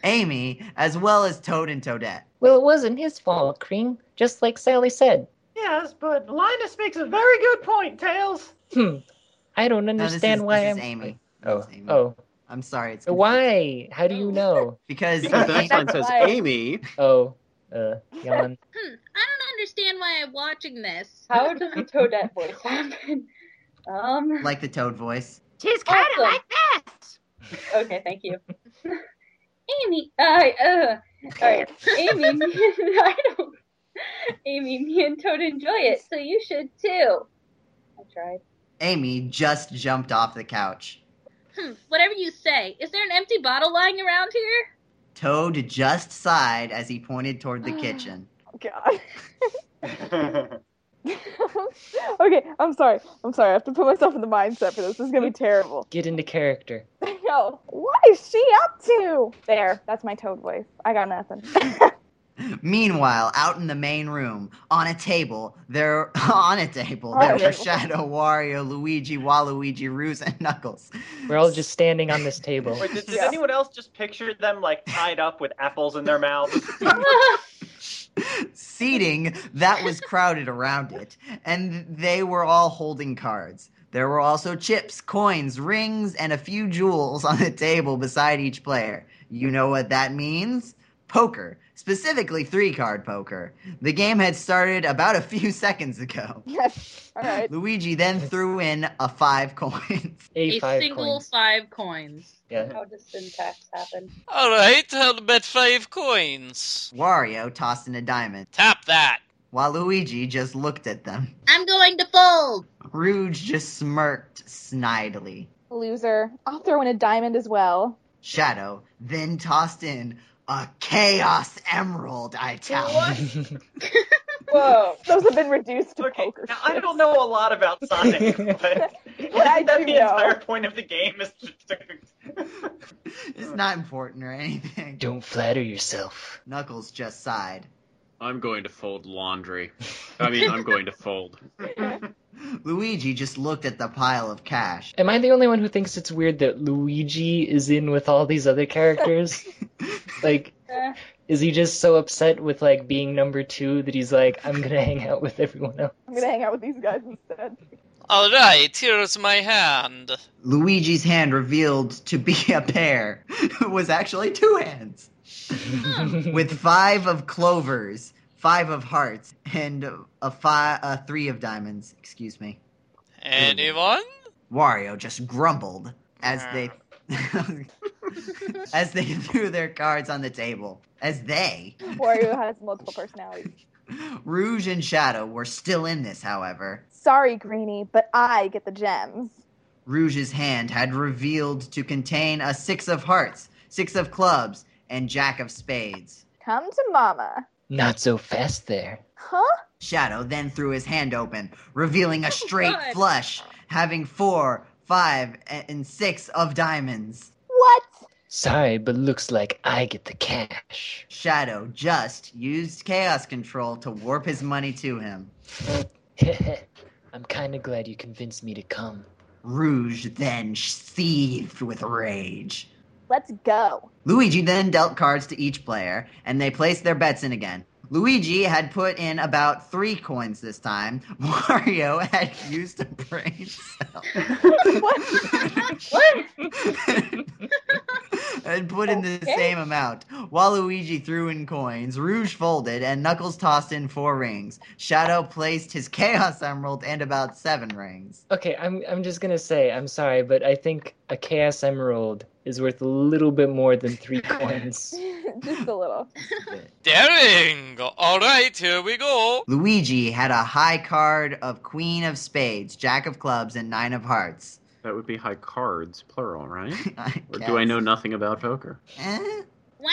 Amy, as well as Toad and Toadette.
Well, it wasn't his fault, Cream. Just like Sally said.
Yes, but Linus makes a very good point, Tails.
Hmm. I don't
No, this is,
understand why
this is
I'm.
Amy. This
Oh,
is Amy. Oh.
oh.
I'm sorry. It's confusing.
Why? How do you know?
Because,
Because the
Amy-
next line says
Right.
Amy.
Oh, uh, yawn.
Hmm, I don't understand why I'm watching this.
How does the Toadette voice happen? Um.
like the Toad voice.
She's
kinda Awesome. like
this.
Okay, thank you. Amy, I uh, all right, Amy, me and, I don't. Amy, me and Toad enjoy it, so you should too. I tried.
Amy just jumped off the couch.
Hmm, whatever you say. Is there an empty bottle lying around here?
Toad just sighed as he pointed toward the kitchen.
God.
That's
okay, I'm sorry. I'm sorry. I have to put myself in the mindset for this. This is gonna be terrible.
Get into character.
No. What is she up to? There. That's my toad voice. I got nothing.
Meanwhile, out in the main room, on a table, there on a table,
On
there
a
were
table.
Shadow, Wario, Luigi, Waluigi, Roos, and Knuckles.
We're all just standing on this table.
Wait, did, did
Yeah.
anyone else just picture them like tied up with apples in their mouths?
seating that was crowded around it, and they were all holding cards. There were also chips, coins, rings, and a few jewels on the table beside each player. You know what that means? Poker, specifically three card poker. The game had started about a few seconds ago.
yes. All right.
Luigi then threw in a five coins.
A
A
five
single
coins.
five coins.
Yeah.
How does syntax happen?
All right, I'll bet five coins.
Wario tossed in a diamond,
Tap that.
while Luigi just looked at them.
I'm going to fold.
Rouge just smirked snidely.
Loser. I'll throw in a diamond as well.
Shadow then tossed in a Chaos Emerald, I tell you.
Whoa.
Those have been reduced to
okay,
poker.
now I
chips.
don't know a lot about Sonic, but
What I
isn't that
do
the
know-
entire point of the game is just to...
It's not important or anything.
Don't flatter yourself.
Knuckles just sighed.
I'm going to fold laundry. I mean, I'm going to fold.
Luigi just looked at the pile of cash.
Am I the only one who thinks it's weird that Luigi is in with all these other characters? like,
Eh,
is he just so upset with like being number two that he's like, I'm gonna hang out with everyone else?
I'm gonna hang out with these guys instead.
All right, here's my hand.
Hmm. Luigi's hand revealed to be a pair It was actually two hands with five of clovers, five of hearts, and a fi- a three of diamonds. Excuse me.
Anyone?
Wario just grumbled as they as they threw their cards on the table. As they,
Wario has multiple personalities.
Rouge and Shadow were still in this, however.
Sorry, Greenie, but I get the gems.
Rouge's hand had revealed to contain a six of hearts, six of clubs, and Jack of Spades.
Come to Mama.
Not so fast there.
Huh?
Shadow then threw his hand open, revealing a straight
God.
flush, having four, five, a- and six of diamonds.
What?
Sorry, but looks like I get the cash.
Shadow just used chaos control to warp his money to him.
I'm kinda glad you convinced me to come.
Rouge then seethed with rage.
Let's go.
Luigi then dealt cards to each player, and they placed their bets in again. Luigi had put in about three coins this time. Mario had used a brain cell.
What?
and put in the
Okay.
same amount. While Luigi threw in coins, Rouge folded, and Knuckles tossed in four rings. Shadow placed his Chaos Emerald and about seven rings.
Okay, I'm I'm just gonna say, I'm sorry, but I think a Chaos Emerald is worth a little bit more than three coins.
Just a little.
Daring! Alright, here we go!
Luigi had a high card of Queen of Spades, Jack of Clubs, and Nine of Hearts.
That would be high cards, plural, right?
I
Or do I
guess.
know nothing about poker?
Eh,
Wah!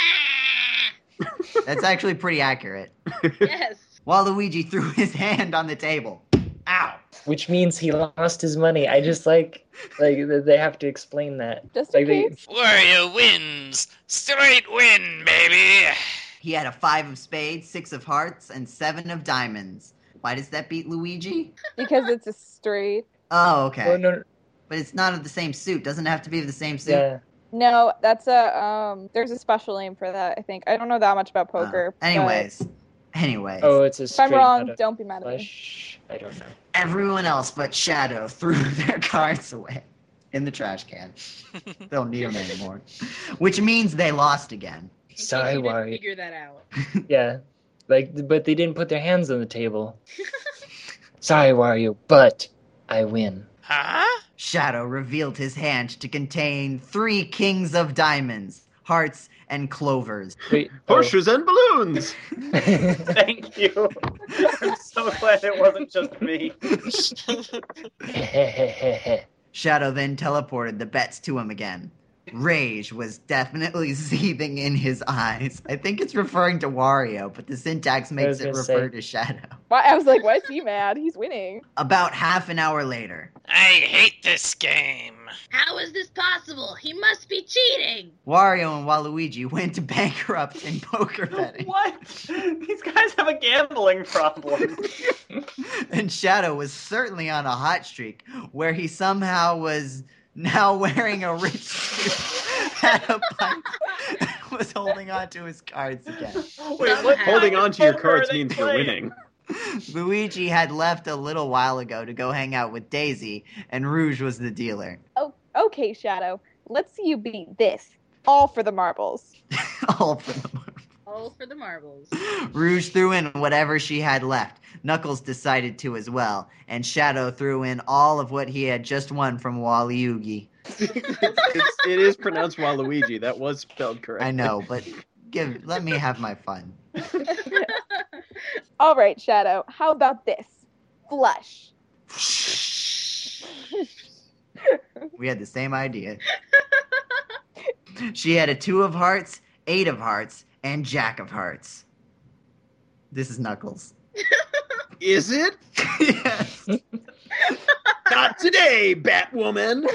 that's actually pretty accurate.
yes.
While Luigi threw his hand on the table. Ow!
Which means he lost his money. I just like like th- they have to explain that.
Just in
Like they,
case.
Warrior wins! Straight win, baby!
He had a five of spades, six of hearts, and seven of diamonds. Why does that beat Luigi?
Because it's a straight.
Oh, okay.
oh, no, no,
But it's not of the same suit. Doesn't it have to be of the same suit.
yeah.
No, that's a um. There's a special name for that. I think I don't know that much about
Uh,
poker. but
anyways, anyways,
Oh, it's a
if I'm
straight out
wrong,
of
don't be mad at me.
flesh. I don't know.
everyone else but Shadow threw their cards away in the trash can. they don't need them anymore. Which means they lost again.
In case
Sorry,
you didn't
Wari.
Figure that out.
Yeah, like but they didn't put their hands on the table. sorry, Wario, but I win.
Huh?
Shadow revealed his hand to contain three kings of diamonds, hearts, and clovers.
Wait, oh.
Horseshoes and balloons!
Thank you. I'm so glad it wasn't just me.
Shadow then teleported the bets to him again. Rage was definitely seething in his eyes. I think it's referring to Wario, but the syntax makes
was
it
gonna
refer
say.
to Shadow.
Why? I was like, why is he mad? He's winning.
About half an hour later,
I hate this game!
How is this possible? He must be cheating.
Wario and Waluigi went bankrupt in poker betting,
What? These guys have a gambling problem.
and Shadow was certainly on a hot streak where he somehow was now wearing a rich suit, had a pipe, was holding on to his cards again.
Wait, what
Holding
kind
on
of
to your
poker are
cards
they
means you're
playing?
winning.
Luigi had left a little while ago to go hang out with Daisy, and Rouge was the dealer.
Oh, okay, Shadow. Let's see you beat this. All for the marbles.
All for the
All for the marbles.
Rouge threw in whatever she had left. Knuckles decided to as well, and Shadow threw in all of what he had just won from Wally Yugi.
It's, it is pronounced Waluigi. That was spelled correct.
I know, but give let me have my fun.
All right, Shadow. How about this? Flush.
We had the same idea. She had a two of hearts, eight of hearts, and jack of hearts. This is Knuckles.
Is it?
yes.
Not today, Batwoman!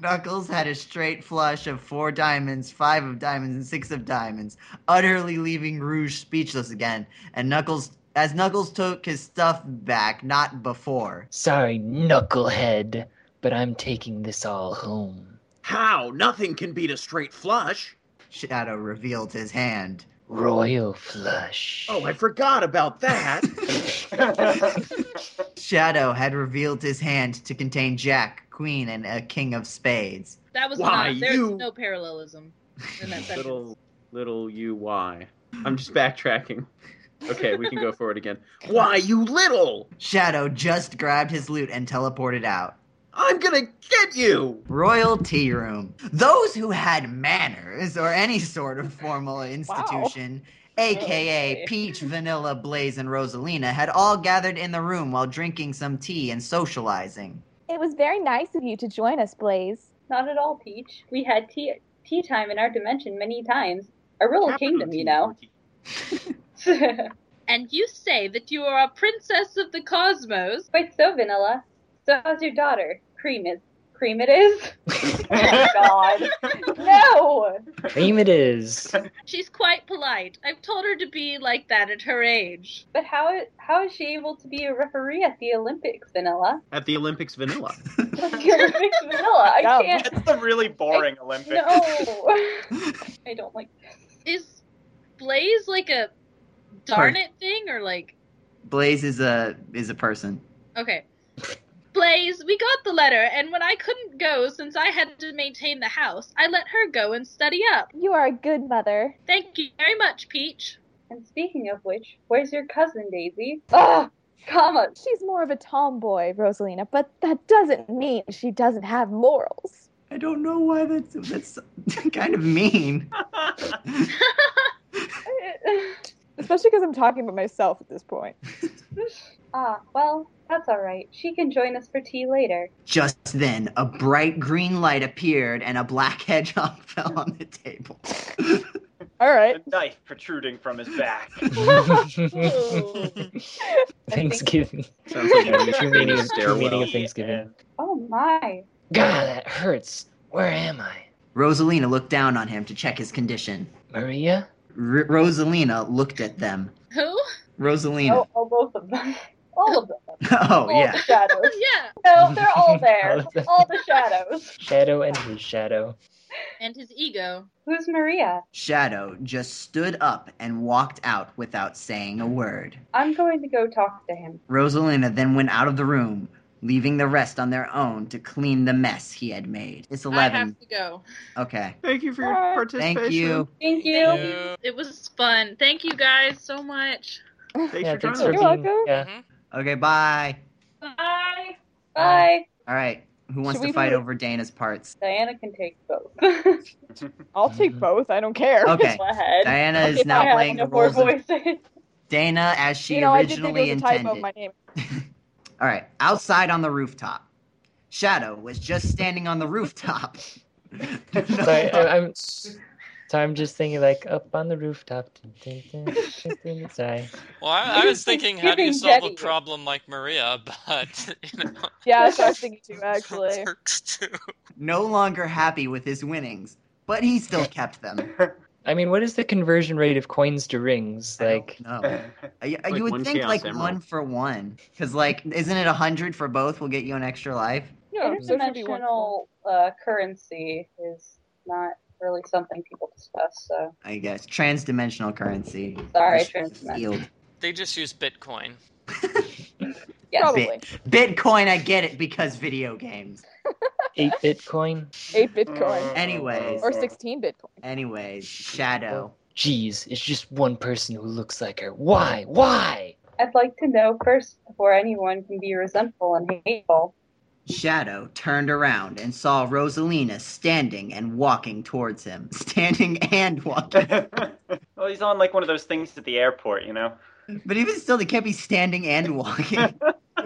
Knuckles had a straight flush of four diamonds, five of diamonds, and six of diamonds, utterly leaving Rouge speechless again. And Knuckles, as Knuckles took his stuff back, not before.
Sorry, knucklehead, but I'm taking this all home.
How? Nothing can beat a straight flush.
Shadow revealed his hand.
Royal flush.
Oh, I forgot about that.
Shadow had revealed his hand to contain Jack, Queen, and a King of Spades.
That was
Why,
not. There's
you-
no parallelism in that sentence.
little, little UY. I'm just backtracking. Okay, we can go forward again. Why, you little!
Shadow just grabbed his loot and teleported out.
I'm gonna get you!
Royal Tea Room. Those who had manners or any sort of formal institution, aka
Okay.
Peach, Vanilla, Blaze, and Rosalina, had all gathered in the room while drinking some tea and socializing.
It was very nice of you to join us, Blaze.
Not at all, Peach. We had tea tea time in our dimension many times. A real kingdom, you know.
And you say that you are a princess of the cosmos.
Quite so, Vanilla. So how's your daughter? Cream is. Cream it is? oh, God. No!
Cream it is.
She's quite polite. I've told her to be like that at her age.
But how how is she able to be a referee at the Olympics, Vanilla?
At the Olympics, vanilla.
At the Olympics, Vanilla. I
Yum.
can't.
That's the really boring Olympics.
No. I don't like.
Is Blaze like a darn it thing or like
Blaze is a is a person.
okay. Blaze, we got the letter, and when I couldn't go since I had to maintain the house, I let her go and study up.
You are a good mother.
Thank you very much, Peach.
And speaking of which, where's your cousin, Daisy? Ugh! Comma.
She's more of a tomboy, Rosalina, but that doesn't mean she doesn't have morals.
I don't know why that's that's kind of mean.
Especially because I'm talking about myself at this point.
ah, well, that's all right. She can join us for tea later.
Just then, a bright green light appeared and a black hedgehog fell on the table.
All
A
right.
knife protruding from his back.
Thanksgiving.
Sounds like
True
you're mixing
meaning,
a
of- true meaning
stairwell.
of Thanksgiving.
And
Oh my.
God, that hurts. Where am I?
Rosalina looked down on him to check his condition.
Maria?
R- Rosalina looked at them.
Who?
Rosalina.
Oh, oh, both of them. All of them.
Oh,
All
yeah.
the shadows.
yeah.
No, they're all there.
All of them.
all the shadows.
Shadow and his shadow.
And his ego.
Who's Maria?
Shadow just stood up and walked out without saying a word.
I'm going to go talk to him.
Rosalina then went out of the room, leaving the rest on their own to clean the mess he had made. It's
I have
11.
to go.
Okay.
Thank you for your
Alright.
participation.
Thank you.
Thank you.
Thank you. It was fun. Thank you guys so much.
Thanks
yeah,
for
thanks
trying.
for
You're
being.
welcome.
Yeah.
Okay, bye.
Bye.
Bye.
All right. Who wants
Should we
to fight
do-
over Dana's parts?
Diana can take both.
I'll take both. I don't care.
Mm-hmm. Okay.
Go ahead.
Diana is
If I
now
had
playing the
one
roles
of our
of
voices.
Dana as she
you know, I did think
originally
it was a typo.
intended.
My name.
All right. Outside on the rooftop, Shadow was just standing on the rooftop.
Sorry, I, I'm. So I'm just thinking, like, up on the rooftop. Dun, dun, dun, dun, dun. Sorry.
Well, I, I was thinking, how do you
Giving
solve a
Jenny.
problem like Maria? But you know,
Yeah, that's what I was thinking too, actually.
works too.
no longer happy with his winnings, but he still kept them.
I mean, what is the conversion rate of coins to rings? Like,
no. You
Like
would
one
think
Chaos
like
Emerald.
one for one, because like isn't it a hundred for both? will get you an extra life.
Yeah, so it should be wonderful.
Interdimensional uh, currency is not really something people discuss. So
I guess transdimensional currency.
Sorry, transdimensional.
Field.
They just use Bitcoin.
yes,
Probably.
Bit. Bitcoin, I get it because video games.
eight Bitcoin?
Eight Bitcoin.
Anyways.
Or 16 Bitcoin.
Anyways, Shadow.
Geez, it's just one person who looks like her. Why? Why?
I'd like to know first before anyone can be resentful and hateful.
Shadow turned around and saw Rosalina standing and walking towards him. Standing and walking.
well, he's on like one of those things at the airport, you know.
But even still, they can't be standing and walking.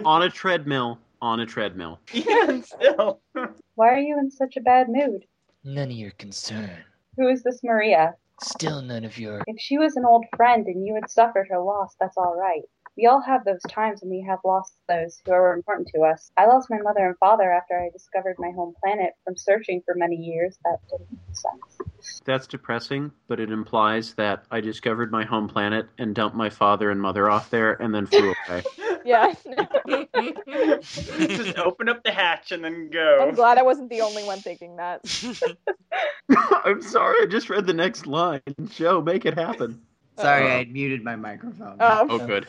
On a treadmill. On a treadmill.
Even still.
Why are you in such a bad mood?
None of your concern.
Who is this Maria?
Still none of your.
If she was an old friend and you had suffered her loss, that's all right. We all have those times when we have lost those who are important to us. I lost my mother and father after I discovered my home planet from searching for many years. That didn't make sense.
That's depressing, but it implies that I discovered my home planet and dumped my father and mother off there and then flew away.
Yeah.
Just open up the hatch and then
I'm
go.
glad I wasn't the only one thinking that.
I'm sorry, I just read the next line. Joe, make it happen.
Sorry,
Uh-oh.
I muted my microphone.
Um,
Oh, good.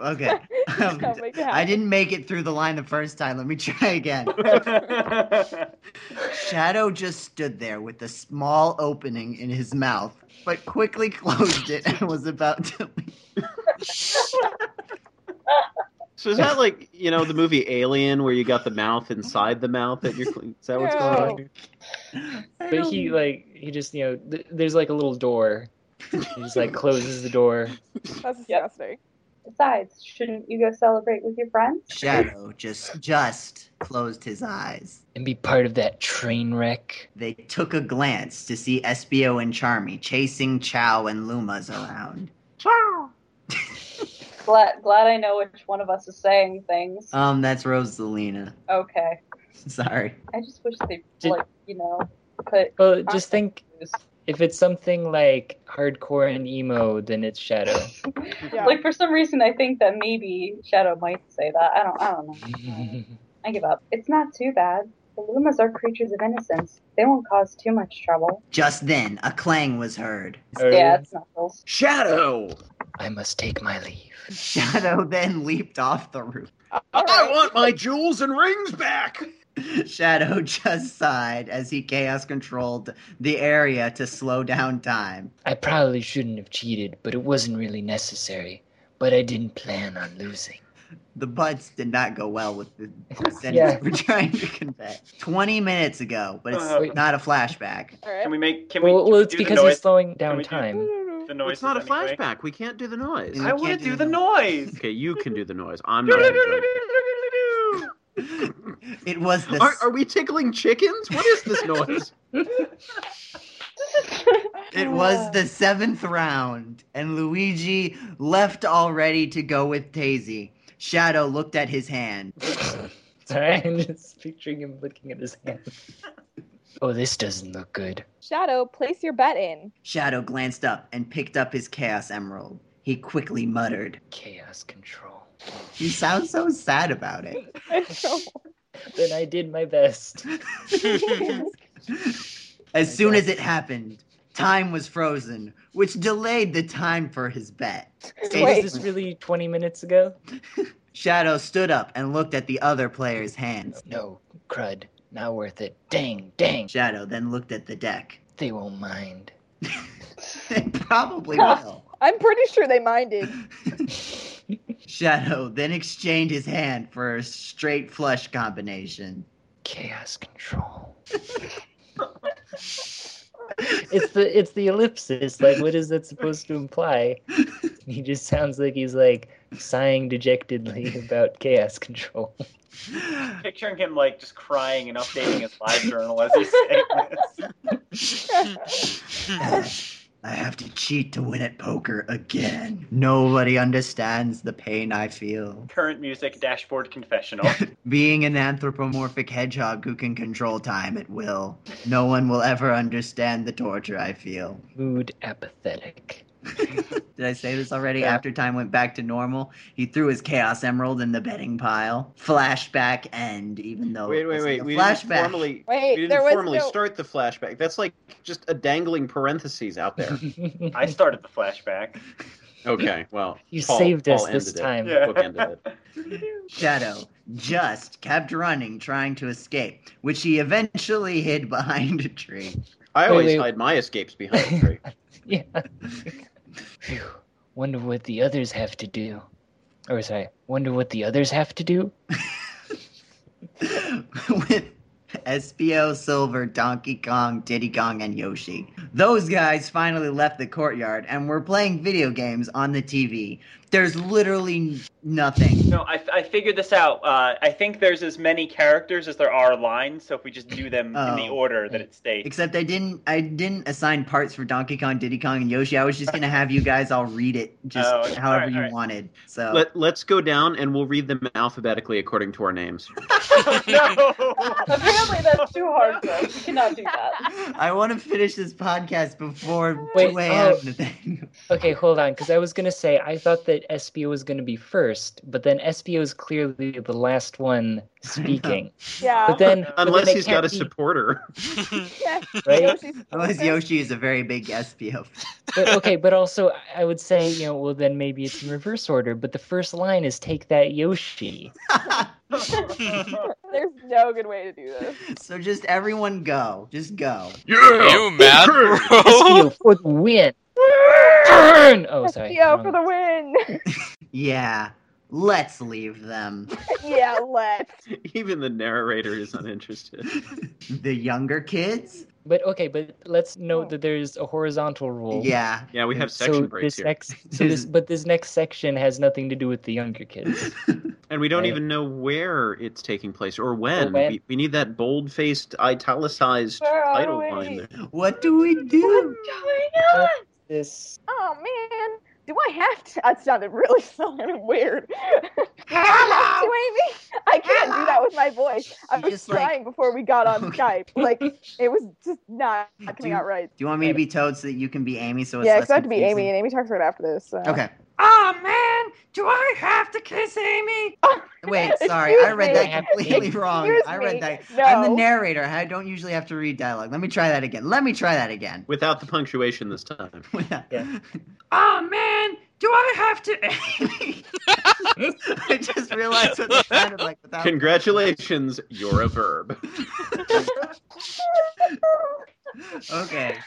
okay. Um,
Don't make it
I
happen.
didn't make it through the line the first time. Let me try again. Shadow just stood there with a small opening in his mouth, but quickly closed it and was about to
So is that like you know the movie Alien where you got the mouth inside the mouth that you're? clean- Is that what's going on? Here?
Oh. I
But he
don't-
like he just you know th- there's like a little door. He just like closes the door.
That's disgusting.
Besides, shouldn't you go celebrate with your friends?
Shadow just just closed his eyes.
and be part of that train wreck.
They took a glance to see Espio and Charmy chasing Chow and Lumas around.
Glad, glad I know which one of us is saying things.
Um, that's Rosalina.
okay.
Sorry.
I just wish they,
Did-
like, you know, put.
Well, just think
Like,
if it's something like hardcore and emo, then it's Shadow.
Yeah.
for some reason, I think that maybe Shadow might say that. I don't. I don't know. I give up. It's not too bad. The Lumas are creatures of innocence. They won't cause too much trouble.
Just then, a clang was heard.
Or,
Yeah, it's Knuckles.
Shadow!
I must take my leave.
Shadow then leaped off the roof.
All
I
right.
want my jewels and rings back!
Shadow just sighed as he chaos controlled the area to slow down time.
I probably shouldn't have cheated, but it wasn't really necessary. But I didn't plan on losing.
The butts did not go well with the sentence
Yeah.
we're trying to convey. 20 minutes ago, but it's
Uh,
wait.
not a flashback.
All
Can
right.
we make? Can we?
Well,
can
well
we
it's
do
because
the
we're
noise?
slowing down
we do-
time.
The noise.
it's not a flashback. We can't do the noise.
We
I want
can't
to
do
do
the
the noise.
Okay, you can do the noise. I'm not. gonna do
It was
it.
the
Are, are we tickling chickens? What is this noise?
It was the seventh round, and Luigi left already to go with Daisy. Shadow looked at his hand.
Sorry, I'm just picturing him looking at his hand. Oh, this doesn't look good.
Shadow, place your bet in.
Shadow glanced up and picked up his Chaos Emerald. He quickly muttered,
Chaos control.
You sound so sad about it.
Then I did my best.
As soon as it happened, time was frozen, which delayed the time for his bet.
So was this really 20 minutes ago?
Shadow stood up and looked at the other player's hands.
No, crud. Not worth it. Dang, dang.
Shadow then looked at the deck.
They won't mind.
Probably will.
I'm pretty sure they minded.
Shadow then exchanged his hand for a straight flush combination.
Chaos control. it's the it's the ellipsis. Like, what is that supposed to imply? He just sounds like he's like sighing dejectedly about chaos control.
Picturing him like just crying and updating his live journal as he's saying this.
I have to cheat to win at poker again. Nobody understands the pain I feel.
Current music dashboard confessional.
Being an anthropomorphic hedgehog who can control time at will, no one will ever understand the torture I feel.
Mood apathetic.
Did I say this already?
Yeah.
After time went back to normal, he threw his Chaos Emerald in the betting pile. Flashback end, even though.
Wait,
it
wait,
wasn't
wait.
a
We didn't
flashback.
formally.
Wait,
we
there
didn't
was
formally
no.
start the flashback. That's like just a dangling parentheses out there.
I started the flashback.
okay, well,
you
Paul-
saved us
Paul
this
ended it.
time.
Yeah.
Book ended it.
Shadow just kept running, trying to escape, which he eventually hid behind a tree.
I
Wait,
always
wait.
hide my escapes behind a tree.
Yeah. Phew. Wonder what the others have to do. Or sorry, wonder what the others have to do.
with SBO, Silver, Donkey Kong, Diddy Kong, and Yoshi. Those guys finally left the courtyard and were playing video games on the TV. There's literally nothing.
No, I, I figured this out. Uh, I think there's as many characters as there are lines, so if we just do them in the
Oh.
order that it states.
Except I didn't I didn't assign parts for Donkey Kong, Diddy Kong, and Yoshi. I was just gonna have you guys all read it just
Oh, okay.
however
Alright,
you
alright.
wanted. So
Let Let's go down and we'll read them alphabetically according to our names.
no!
Apparently, that's too hard for us. We cannot do that.
I want to finish this podcast before
Wait,
2
uh,
a.m.
oh.
today.
Okay, hold on, because I was gonna say I thought that SBO was gonna be first, but then SBO is clearly the last one speaking.
Yeah.
But then, but
Unless
then it
he's got a
can't be,
supporter.
Yeah.
right?
Yoshi's
Unless
Yoshi.
Yoshi is a very big SPO.
But, okay, but also I- I would say you know, well then maybe it's in reverse order. But the first line is "Take that Yoshi."
There's no good way to do this.
so just everyone go. Just go.
Yeah.
you mad, bro?
SBO for the win. Burn! Oh, sorry.
Yo,
wrong.
for the win.
Yeah, let's leave them.
yeah, let's.
Even the narrator is uninterested.
The younger kids
But okay, but let's note
Oh.
that there's a horizontal rule.
Yeah.
Yeah, we have section
so
breaks
this
here.
Next, so this, but this next section has nothing to do with the younger kids.
And we don't
Right.
even know where it's taking place or when.
when.
We, we need that bold faced, italicized
Where are
title
we?
line there.
What do we do?
This
Oh man, do I have to? That sounded really sounded weird.
Hello!
Do I mean- I can't do that with my voice. I
You
was
just, like-
trying before we got on
Okay.
Skype. Like it was just not coming
Do-
out right.
Do you want me to be Toad so that you can be Amy? So it's
Yeah,
less
because I have to be Amy,
confusing?
and Amy talks right after this. So.
Okay.
Oh man, do I have to kiss Amy?
Wait, sorry, I
Oh, Excuse
read
me.
that completely wrong.
Excuse
I read
me.
that.
No.
I'm the narrator. I don't usually have to read dialogue. Let me try that again. Let me try that again.
Without the punctuation this time.
Yeah.
Oh man, do I have to?
I just realized what that sounded like without.
Congratulations, you're a verb.
okay.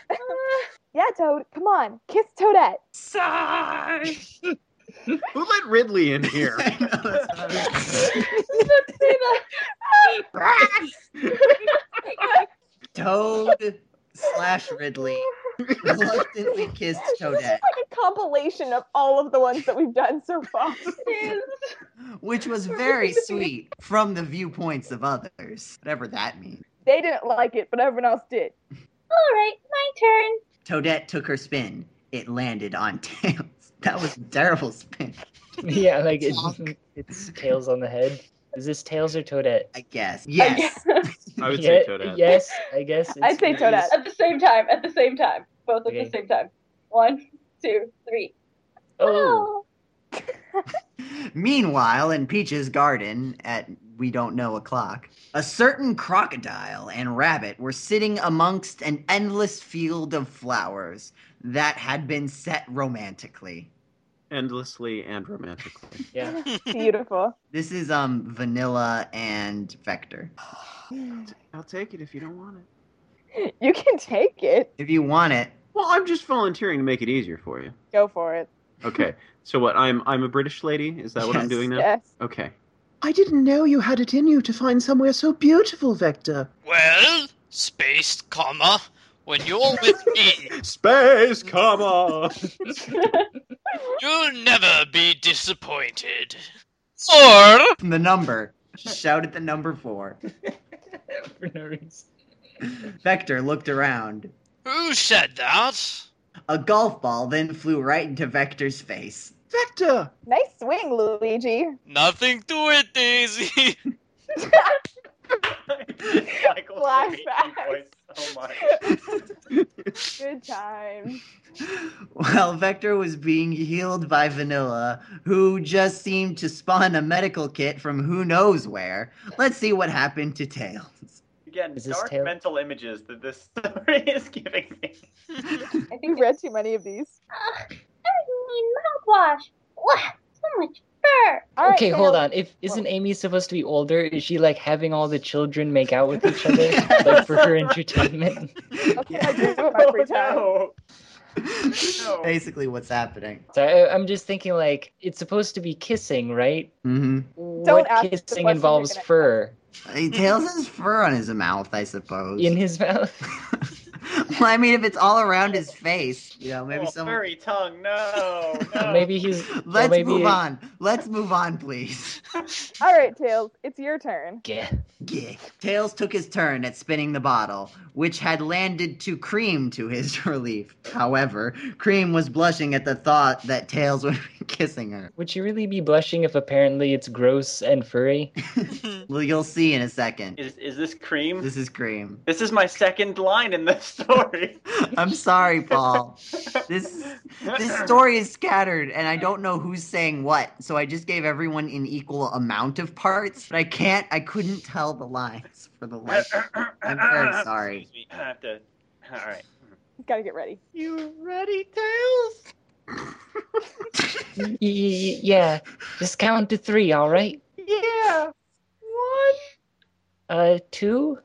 Yeah, Toad, come on, kiss Toadette.
Sigh.
Who let Ridley in here?
I know, that's what I was- Toad slash Ridley reluctantly kissed
This is
Toadette,
like a compilation of all of the ones that we've done so far.
which was very sweet from the viewpoints of others, whatever that means.
they didn't like it, but everyone else did.
All right, my turn.
Toadette took her spin. It landed on Tails. That was a terrible spin,
yeah, like it, it's tails on the head. Is this tails or Toadette?
I guess. Yes.
I would
Ye-
say Toadette.
Yes, I guess.
I'd
it's
say
Toadette.
Toadette.
At the same time, at the same time. Both at
Okay.
the same time. One, two, three.
Oh,
Meanwhile, in Peach's garden at we don't know o'clock, a certain crocodile and rabbit were sitting amongst an endless field of flowers that had been set romantically.
Endlessly and romantically.
yeah.
Beautiful.
This is um Vanilla and Vector.
I'll take it if you don't want it.
You can take it.
If you want it,
Well, I'm just volunteering to make it easier for you.
Go for it.
Okay. So what? I'm I'm a British lady. Is that what I'm
Yes.
doing now?
Yes.
Okay. I didn't know you had it in you to find somewhere so beautiful, Vector.
Well, space, comma, when you're with me,
Space, comma.
you'll never be disappointed. Or
the number. Shout at the number four.
For no reason.
Vector looked around.
who said that?
A golf ball then flew right into Vector's face.
Vector.
Nice swing, Luigi.
Nothing to it, Daisy.
Michael's
Flashbacks.
voice Oh so much.
Good time.
While Vector was being healed by Vanilla, who just seemed to spawn a medical kit from who knows where, let's see what happened to Tails.
Again,
Is this
dark
Taylor-
mental images that this story is giving me.
I
We
think
read too many of these.
Ugh, I need mouthwash. What? So much fur.
All right,
okay, hold
Tails.
on. If isn't Amy supposed to be older? Is she like having all the children make out with each other, like for her entertainment?
That's what
Yeah,
I do with my free time.
Oh, no. no.
Basically, what's happening.
So I, I'm just thinking like it's supposed to be kissing, right?
hmm
What
ask the question
kissing
you're
involves
gonna ask.
fur
Tails has fur on his mouth, I suppose.
in his mouth?
well, I mean, if it's all around his face, you know, maybe
oh,
someone.
furry tongue. No. no.
Maybe he's.
Let's
well, maybe
move
it-
on. Let's move on, please.
All right, Tails. It's your turn.
Yeah.
Yeah. Tails took his turn at spinning the bottle, which had landed to Cream to his relief. However, Cream was blushing at the thought that Tails would be kissing her.
Would you really be blushing if apparently it's gross and furry?
Well, you'll see in a second.
Is is this cream?
This is Cream.
This is my second line in the story.
I'm sorry, Paul. This this story is scattered, and I don't know who's saying what. So I just gave everyone an equal amount of parts, but I can't. I couldn't tell the lines for the life. I'm very sorry.
Excuse me. I have to. All right.
He's got to get ready.
You ready, Tails?
Y- y- y- yeah. Just count to three, all right?
Yeah.
Uh, two?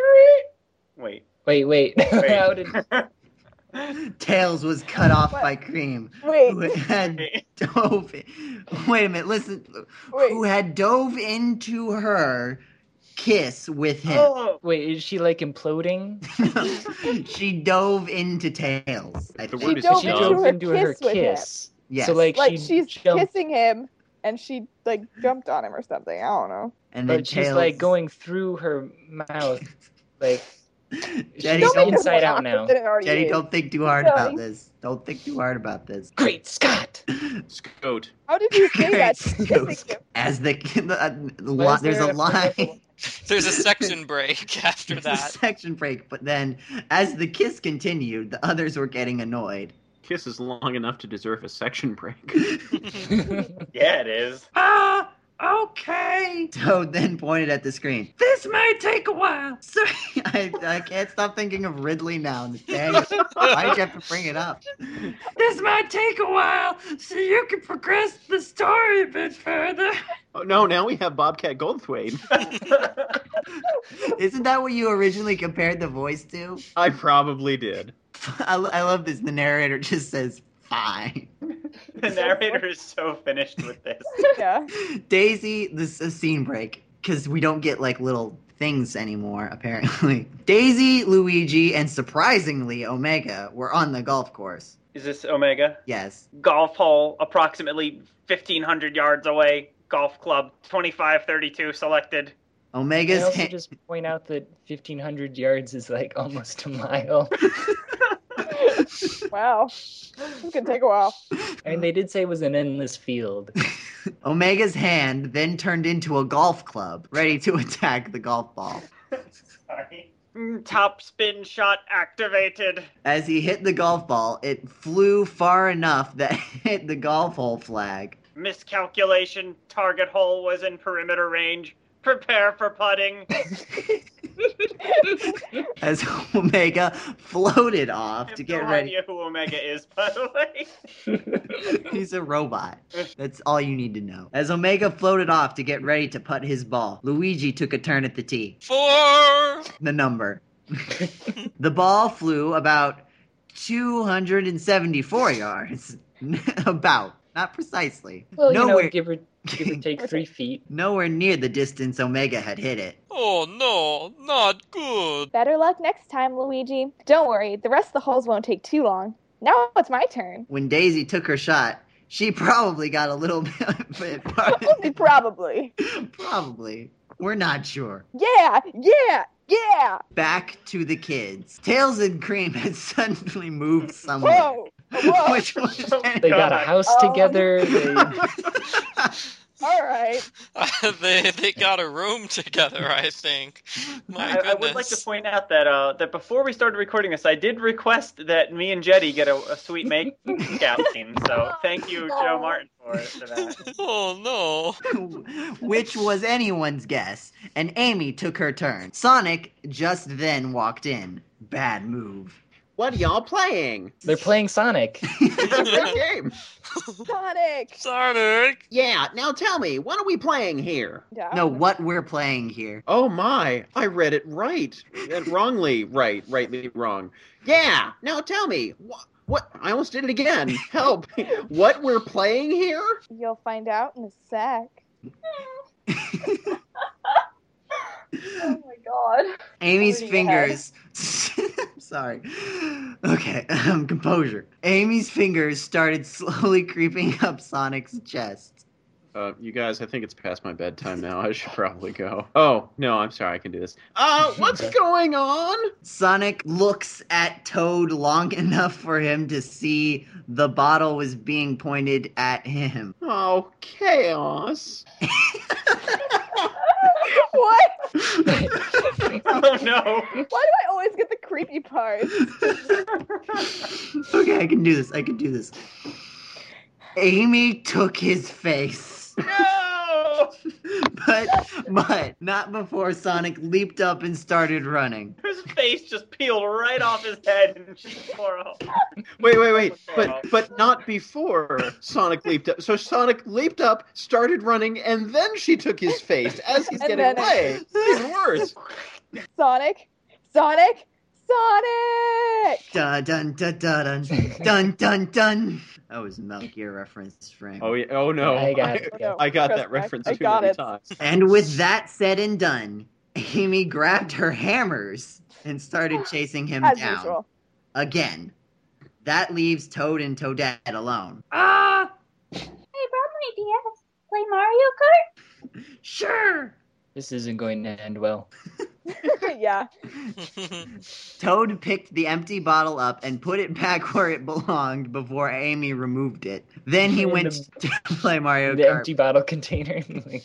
Wait.
Wait, wait. How did.
Tails was cut off
What?
by Cream, who
Wait,
had dove. Wait a minute. Listen. Who
wait.
had dove into her kiss with him.
Oh,
Wait, is she like imploding?
she dove into tails. I
The
think.
word
She
is
dove
She
No.
into
dove
her
into her
kiss with him.
kiss.
Yes.
So like,
Like
she
she's
jumped,
kissing him, and she like jumped on him or something. I don't know.
and then
but she's
tails
like going through her mouth, like
Jenny,
She's
Don't make it
don't,
more
inside out
awkward
now.
than it already
Jenny,
is.
don't think too hard
Keep
about
going.
this. Don't think too hard about this.
great Scott.
Scoot.
How did you say that? She's
Great
kissing
Scott.
him.
As the, the, uh, the
Why
li-
is
there's
there
a
a forever
line.
one?
There's a section break after
There's a
that.
section break, but then as the kiss continued, the others were getting annoyed.
Kiss is long enough to deserve a section break.
yeah, it is.
Ah, okay.
Toad then pointed at the screen.
This may take a while.
Sorry, I, I can't stop thinking of Ridley now. Dang it. Why'd you have to bring it up?
This might take a while, so you can progress the story a bit further.
oh, no, now we have Bobcat Goldthwait.
Isn't that what you originally compared the voice to?
I probably did.
I, lo- I love this. The narrator just says, fine.
the narrator is so finished with this.
Yeah.
Daisy, this is a scene break because we don't get like little things anymore, apparently. Daisy, Luigi, and surprisingly, Omega were on the golf course.
Is this Omega?
Yes.
Golf hole, approximately 1,500 yards away. Golf club, 2532 selected.
Can I
Omega's.
also
ha-
just point out that 1,500 yards is like almost a mile.
Wow. This could take a while.
I mean, they did say it was an endless field.
Omega's hand then turned into a golf club, ready to attack the golf ball.
Sorry. Mm, Top spin shot activated.
As he hit the golf ball, it flew far enough that it hit the golf hole flag.
Miscalculation. Target hole was in perimeter range. Prepare for putting.
As Omega floated off to
have
get
no
ready.
idea who Omega is, by the way.
He's a robot. That's all you need to know. As Omega floated off to get ready to putt his ball, Luigi took a turn at the tee.
Four.
The number. the ball flew about 274 yards. about. Not precisely.
Well, you
nowhere,
know, give or, give or take three feet.
nowhere near the distance Omega had hit it.
Oh no, not good.
Better luck next time, Luigi. Don't worry, the rest of the holes won't take too long. Now it's my turn.
When Daisy took her shot, she probably got a little bit.
Only probably.
probably. We're not sure.
Yeah, yeah, yeah.
back to the kids. Tails and Cream had suddenly moved somewhere.
Whoa, whoa.
Which was
They got a
God.
house
Oh.
together. They,
All right.
they they got a room together, I think. My
I,
goodness.
I would like to point out that uh, that before we started recording this, I did request that me and Jetty get a, a sweet make out scene. So thank you, Joe Martin, for, for that.
oh no.
which was anyone's guess, and Amy took her turn. Sonic just then walked in. Bad move.
What are y'all playing?
they're playing Sonic.
It's a great game.
Sonic.
Sonic.
Yeah, now tell me, what are we playing here?
Yeah.
No, what we're playing here.
Oh my, I read it right. And wrongly right, rightly wrong. Yeah, now tell me, wh- what? I almost did it again. Help. what we're playing here?
You'll find out in a sec.
Oh my god.
Amy's
Over your head.
fingers. Sorry. Okay, um, composure. Amy's fingers started slowly creeping up Sonic's chest.
Uh, you guys, I think it's past my bedtime now. I should probably go. Oh, no, I'm sorry, I can do this. Uh, what's going on?
Sonic looks at Toad long enough for him to see the bottle was being pointed at him.
Oh, chaos.
what?
Oh no!
Why do I always get the creepy part?
okay, I can do this. I can do this. Amy took his face.
No!
But but not before Sonic leaped up and started running.
His face just peeled right off his head and just tore off.
Wait, wait, wait. But but not before Sonic leaped up. So Sonic leaped up, started running, and then she took his face as he's
And
getting
then-
away. Even worse.
Sonic. Sonic. Sonic.
Dun dun dun dun dun dun dun dun. That was a Metal Gear reference, Frank.
Oh yeah. Oh no.
I got
Oh, no.
I got
Press
that
back.
reference
I
too
got
many
it.
times.
And with that said and done, Amy grabbed her hammers and started chasing him
As
down
usual.
again. That leaves Toad and Toadette alone.
Ah,
I brought my DS. Play Mario Kart?
sure.
This isn't going to end well.
yeah.
Toad picked the empty bottle up and put it back where it belonged before Amy removed it. Then he
In
went to play Mario
the
Kart
empty bottle container. Like,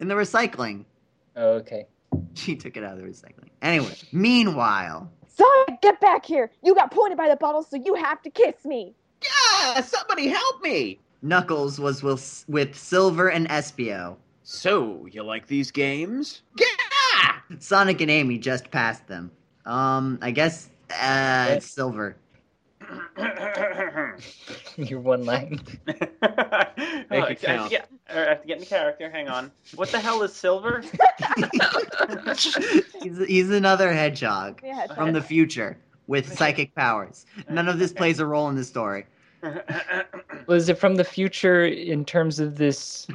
in the recycling.
oh, okay.
She took it out of the recycling. Anyway, meanwhile,
Sonic, get back here. You got pointed by the bottle, so you have to kiss me.
ah, somebody help me! Knuckles was with, with Silver and Espio.
So, you like these games?
Yeah! Sonic and Amy just passed them. Um, I guess uh, it's Silver.
Your one line.
Make
Oh, I,
it
I have
count.
to get, I have to get in character. Hang on. What the hell is silver?
he's, he's another hedgehog
Yeah.
from the future with psychic powers. None of this plays a role in the story.
Was it from the future in terms of this?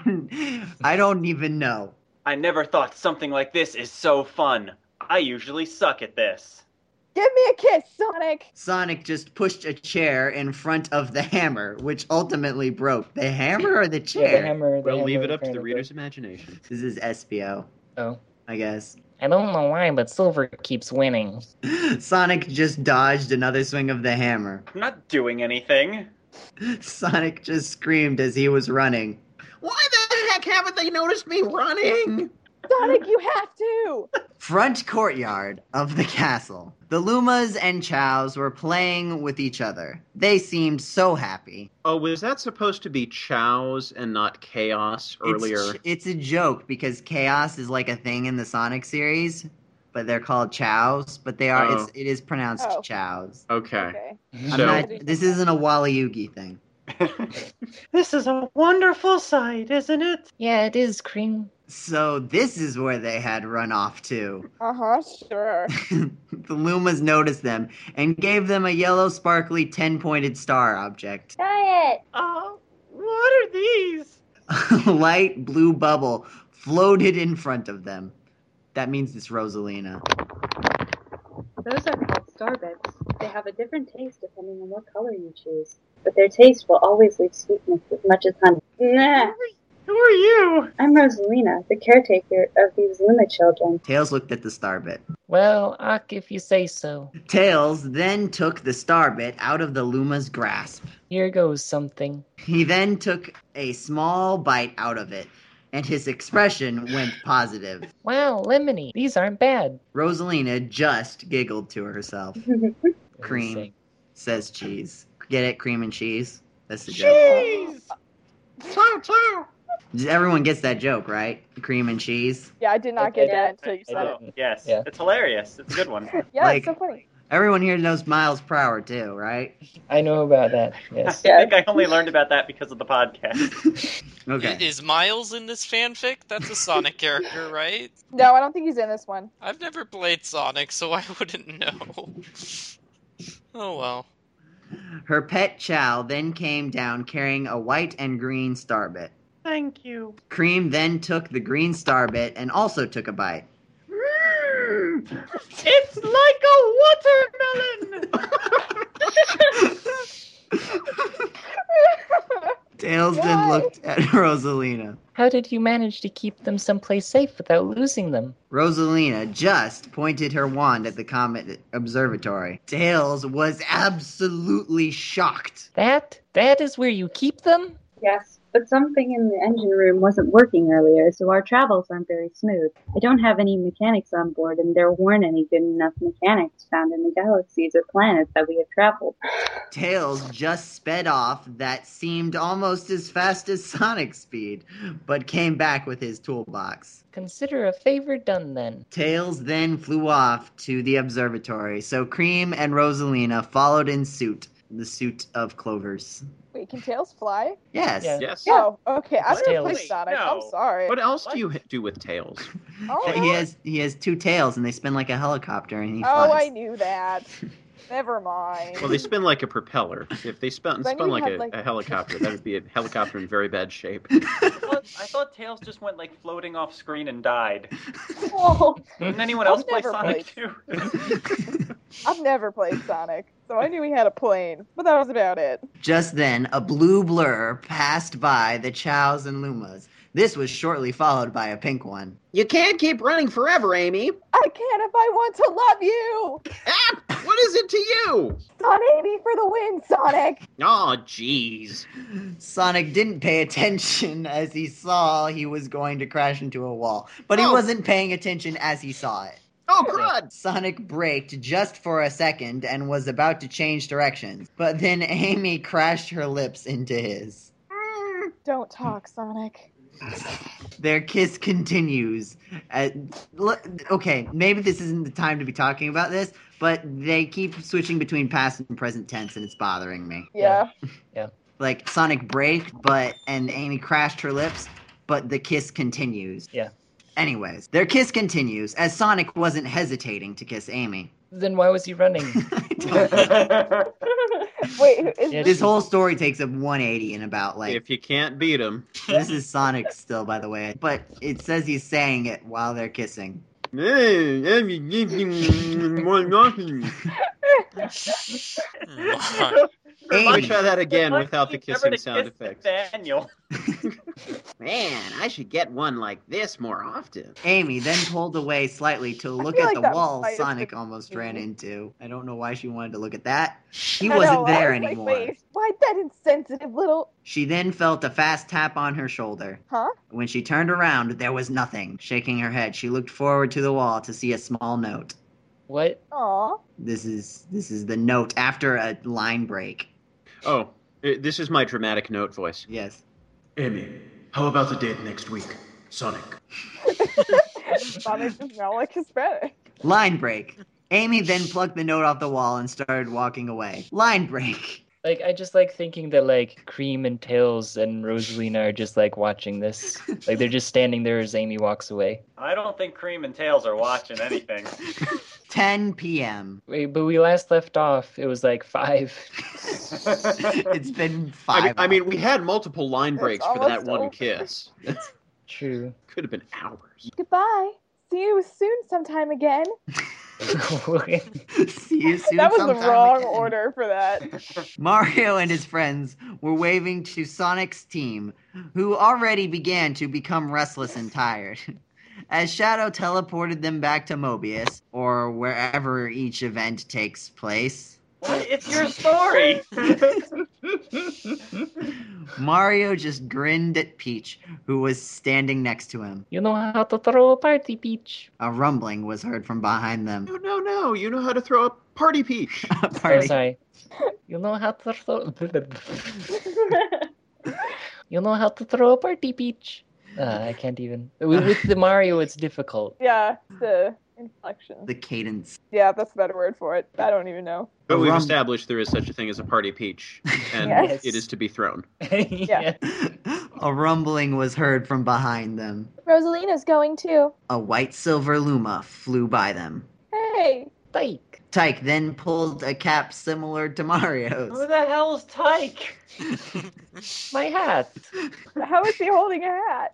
I don't even know.
I never thought something like this is so fun. I usually suck at this.
Give me a kiss, Sonic.
Sonic just pushed a chair in front of the hammer, which ultimately broke. The hammer or the
Yeah, the
chair?
hammer. The
We'll leave it
hammer
up to the
apparently
reader's imagination.
this is SBO,
broke. Oh,
I guess.
I don't know why, but Silver keeps winning.
Sonic just dodged another swing of the hammer.
I'm not doing anything.
Sonic just screamed as he was running. Why the heck haven't they noticed me running?
Sonic, you have to.
Front courtyard of the castle. The Lumas and Chows were playing with each other. They seemed so happy.
Oh, was that supposed to be chows and not chaos
It's
earlier?
ch- It's, a joke because chaos is like a thing in the Sonic series, but they're called Chows. But they are. It's,
Oh.
it is pronounced
Oh.
Chows.
okay.
Okay.
I'm
So-
not. This isn't a Wally Yugi thing.
This is a wonderful sight, isn't it?
Yeah, it is cream.
So this is where they had run off to.
Uh huh. Sure.
the Lumas noticed them and gave them a yellow, sparkly, ten pointed star object.
Diet.
Uh, what are these?
A light blue bubble floated in front of them. That means it's Rosalina.
Those are called starbits. They have a different taste depending on what color you choose, but their taste will always leave sweetness as much as honey. Nah,
Who are you?
I'm Rosalina, the caretaker of these Luma children.
Tails looked at the starbit.
Well, Ock, if you say so.
Tails then took the starbit out of the Luma's grasp.
Here goes something.
He then took a small bite out of it, and his expression went positive.
Wow, lemony. These aren't bad.
Rosalina just giggled to herself. Cream.
Insane.
Says cheese. Get it? Cream and cheese? That's the joke.
Jeez. Chow chow.
Everyone gets that joke, right? Cream and cheese.
Yeah, I did not
Okay.
get that until you said
I
it.
Oh,
didn't.
yes.
Yeah.
It's hilarious. It's a good one.
Yeah,
Like-
it's so funny.
Everyone here knows miles per hour too, right?
I know about that.
I
Yes.
think I only learned about that because of the podcast.
Okay.
I- Is Miles in this fanfic? That's a Sonic character, right?
No, I don't think he's in this one.
I've never played Sonic, so I wouldn't know. Oh well.
Her pet Chow then came down carrying a white and green starbit.
Thank you.
Cream then took the green starbit and also took a bite.
It's like a watermelon.
Tails then
Why?
looked at Rosalina.
How did you manage to keep them someplace safe without losing them?
Rosalina just pointed her wand at the Comet Observatory. Tails was absolutely shocked.
That? That is where you keep them?
Yes, but something in the engine room wasn't working earlier, so our travels aren't very smooth. I don't have any mechanics on board, and there weren't any good enough mechanics found in the galaxies or planets that we have traveled.
Tails just sped off that seemed almost as fast as Sonic speed, but came back with his toolbox.
Consider a favor done then.
Tails then flew off to the observatory, so Cream and Rosalina followed in suit, the suit of clovers.
Wait, can tails fly?
Yes.
Yeah.
Yes.
Oh, okay. I'm
It's
gonna play
tails.
Sonic. I'm
No.
sorry.
What else do you do with tails?
Oh,
He has he has two tails and they spin like a helicopter and he
oh,
flies.
I knew that. Never mind.
Well, they spin like a propeller. If they spun,
Then
spun
you
like
have,
a,
like-
a helicopter, that would be a helicopter in very bad shape.
well, thought I thought Tails just went like floating off screen and died.
Oh,
Didn't anyone else
I've
play
never
Sonic 2?
I've never played Sonic, so I knew he had a plane, but that was about it.
Just then, a blue blur passed by the Chows and Lumas. This was shortly followed by a pink one.
You can't keep running forever, Amy.
I can if I want to love you.
Ah, what is it to you?
Son Amy for the win, Sonic.
Oh, jeez.
Sonic didn't pay attention as he saw he was going to crash into a wall, but he
Oh.
wasn't paying attention as he saw it.
Oh, crud.
Sonic braked just for a second and was about to change directions, but then Amy crashed her lips into his.
Don't talk, Sonic.
Their kiss continues. Uh, l- okay, maybe this isn't the time to be talking about this, but they keep switching between past and present tense, and it's bothering me.
Yeah.
Like Sonic break, but and Amy crashed her lips, but the kiss continues.
Yeah.
Anyways, their kiss continues as Sonic wasn't hesitating to kiss Amy.
Then why was he running?
I don't know.
Wait, who is
Yeah,
this whole story takes a 180 in about like
If you can't beat him.
this is Sonic still, by the way, but it says he's saying it while they're kissing.
Hey, Amy, give me more nothing.
Hmm.
Let me
Amy,
try that again
Like,
without the
you never
kissing sound
kissed
effects.
Nathaniel.
Man, I should get one like this more often.
Amy then pulled away slightly to look
feel
at
like
the
that
wall
might have
Sonic
been
almost
me.
ran into. I don't know why she wanted to look at that. He
I
wasn't
know, I
there
was like,
anymore.
wait, why that insensitive little?
She then felt a fast tap on her shoulder.
Huh?
When she turned around, there was nothing. Shaking her head, she looked forward to the wall to see a small note.
What?
Aw.
This is this is the note after a line break.
Oh, i- this is my dramatic note voice.
Yes.
Amy, how about the date next week? Sonic.
Sonic is now like Hispanic.
Line break. Amy then plucked the note off the wall and started walking away. Line break.
Like I just like thinking that like Cream and Tails and Rosalina are just like watching this. Like they're just standing there as Amy walks away.
I don't think Cream and Tails are watching anything.
10 p.m.
Wait, but we last left off. It was like five.
It's been
I
five.
mean, I mean,
hours.
we had multiple line
It's
breaks for that
almost
one
over.
kiss. That
True.
could have been hours.
Goodbye. See you soon sometime again.
see you soon.
that was the
sometime
wrong
again.
order for that.
Mario and his friends were waving to Sonic's team, who already began to become restless and tired. As Shadow teleported them back to Mobius, or wherever each event takes place,
What? It's your story.
Mario just grinned at Peach, who was standing next to him.
you know how to throw a party, Peach.
A rumbling was heard from behind them.
No, no, no. You know how to throw a party peach.
Oh,
Party.
sorry. You know how to throw. you know how to throw a party, Peach. Uh, I can't even. With, with the Mario, it's difficult.
Yeah, it's the inflection.
The cadence.
Yeah, that's a better word for it. I don't even know.
But
A
we've
rum-
established there is such a thing as a party peach, and
Yes.
it is to be thrown.
yeah.
a rumbling was heard from behind them.
Rosalina's going too.
A white silver luma flew by them.
Hey,
Tyke.
Tyke then pulled a cap similar to
Oh,
Who
Mario's.
the hell is Tyke?
My hat.
how is she holding a hat?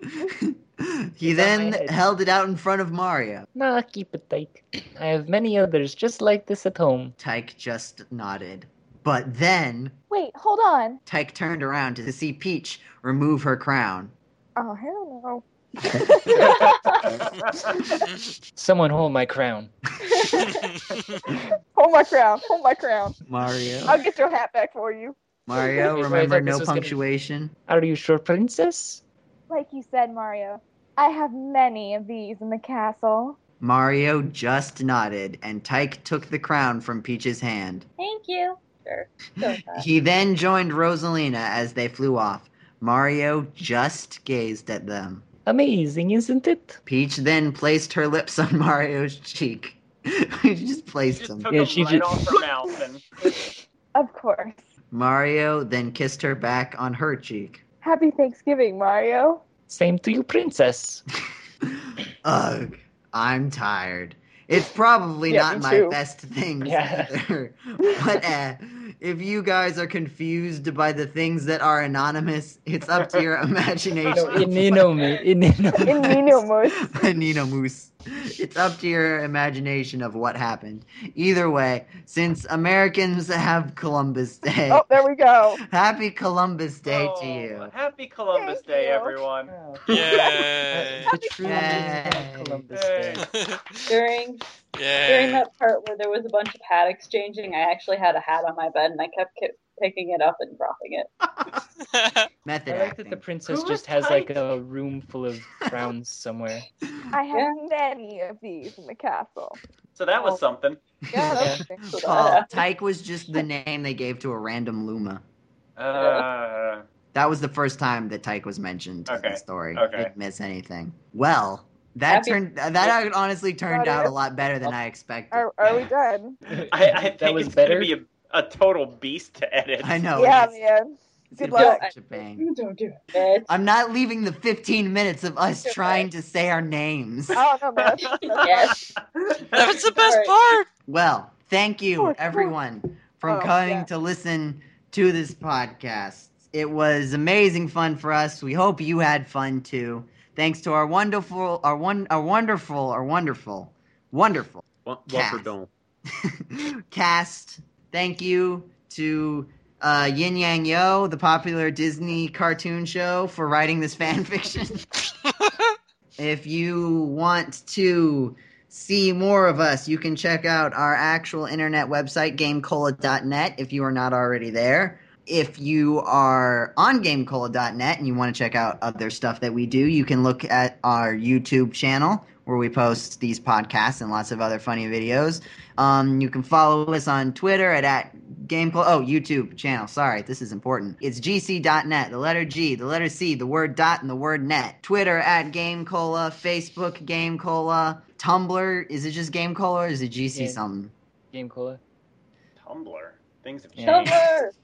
he
It's on my
then
head.
held it out in front of Mario.
Nah, keep it, Tyke. I have many others just like this at home.
Tyke just nodded. But then
Wait, hold on.
Tyke turned around to see Peach remove her crown.
Oh, hell no.
Someone hold my crown.
Hold my crown. Hold my crown. I'll
Mario.
get your hat back for you.
Mario,
Wait, wait, I
remember
thought
no
this was gonna-
punctuation?
Are you sure, princess?
Like you said, Mario, I have many of these in the castle.
Mario just nodded, and Tyke took the crown from Peach's hand.
Thank you. Sure. Go with that.
He then joined Rosalina as they flew off. Mario just gazed at them.
Amazing, isn't it?
Peach then placed her lips on Mario's cheek. she just placed
Just
them.
took
Yeah,
him
she
right
ju-
off her mouth and
Of course.
Mario then kissed her back on her cheek.
Happy Thanksgiving, Mario.
Same to you, princess.
Ugh, I'm tired. It's probably
Yeah,
not
me
my
too.
best thing
Yeah.
either, but uh, If you guys are confused by the things that are anonymous, it's up to your
No,
imagination.
in Inomi. In Inomi.
In Nino Moose.
Nino Moose. It's up to your imagination of what happened. Either way, since Americans have Columbus Day,
Oh, there we go.
happy Columbus Day
Oh,
to you.
Happy Columbus
Thank
Day,
you.
everyone.
Yay!
The true legends
Yay.
of Columbus Day.
During during
Yay!
that part where there was a bunch of hat exchanging, I actually had a hat on my bed and I kept ki- picking it up and dropping it.
Method
I like that
acting.
the princess
Who
just
was
has like
tight?
a room full of crowns somewhere.
I have
Yeah.
many of these in the castle.
So that was something.
Yeah, that's
So that-
Paul, Tyke was just the name they gave to a random Luma.
Uh,
That was the first time that Tyke was mentioned in
Okay,
the story.
okay.
Didn't miss anything. Well, that
Happy-
turned uh, that honestly turned
Got
out
it.
a lot better than I expected.
Are, are we done?
I, I
that
think
was
it's going to
better.
be a, a total beast to edit.
I know.
Oh, yeah,
it is.
man.
It's
Good
gonna be
luck.
Such a pain.
You don't do it.
I'm not leaving the 15 minutes of us
Okay.
trying to say our names.
I don't know, man.
Yes.
That's the best
Sorry.
part.
Well, thank
Oh,
you
it's
everyone for
Oh,
coming
yeah.
to listen to this podcast. It was amazing fun for us. We hope you had fun too. Thanks to our wonderful, our one, our wonderful, our wonderful, wonderful
Wa-
Cast.
Walker Dome.
cast. Thank you to uh, Yin Yang Yo, the popular Disney cartoon show, for writing this fan fiction. if you want to see more of us, you can check out our actual internet website, gamecola.net, if you are not already there. If you are on gamecola.net and you want to check out other stuff that we do, you can look at our YouTube channel where we post these podcasts and lots of other funny videos. Um, you can follow us on Twitter at, at GameClo. Oh, YouTube channel. Sorry, this is important. It's gc.net, the letter G, the letter C, the word dot, and the word net. Twitter at GameCola, Facebook GameCola, Tumblr. Is it just GameCola or is it GC
Yeah.
something?
Game Cola.
Tumblr. Things have
Yeah.
changed.
Tumblr.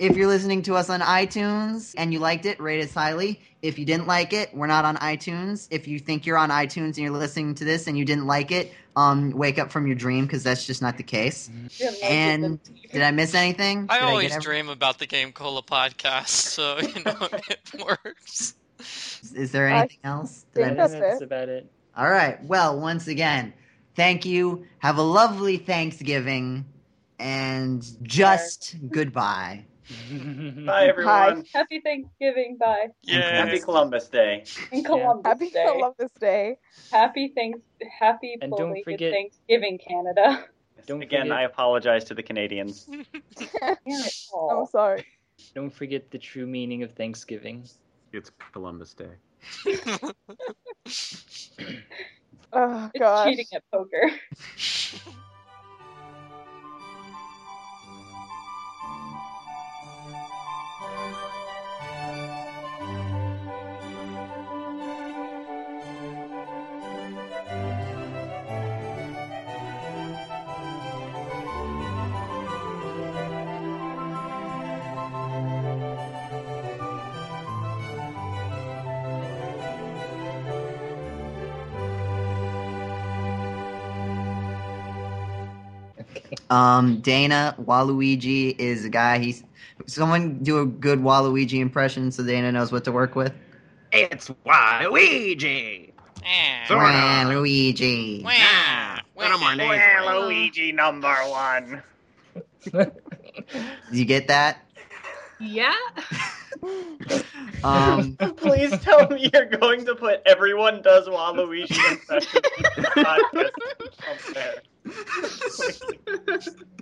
If you're listening to us on iTunes and you liked it, rate us highly. If you didn't like it, we're not on iTunes. If you think you're on iTunes and you're listening to this and you didn't like it, um, wake up from your dream because that's just not the case. And did I miss anything?
I
Did get
always
every-
dream about the Game Cola podcast, so you know it works.
Is there
I
anything else? Did
I
I
think
think
miss?
that's
that's,
it.
about it.
All right. Well, once again, thank you. Have a lovely Thanksgiving, and just goodbye.
Bye, everyone.
Happy Thanksgiving. Bye.
Yeah.
Happy Columbus Day.
And Columbus
Happy
Day.
Columbus Day.
Happy thanks. Happy
And don't
belated
forget-
Thanksgiving, Canada.
Don't
Again,
forget-
I apologize to the Canadians.
Damn it,
I'm
Paul.
sorry.
Don't forget the true meaning of Thanksgiving.
It's Columbus Day.
Oh,
It's
gosh.
cheating at poker.
Um, Dana Waluigi is a guy. He's someone do a good Waluigi impression so Dana knows what to work with.
It's Waluigi!
Yeah.
Sorry. Sorta.
Waluigi.
Wah,
Ah. One of
wah.
my names.
Luigi number one.
Did you get that?
Yeah.
Um,
Please tell me you're going to put everyone does Waluigi impression on the podcast. Up there.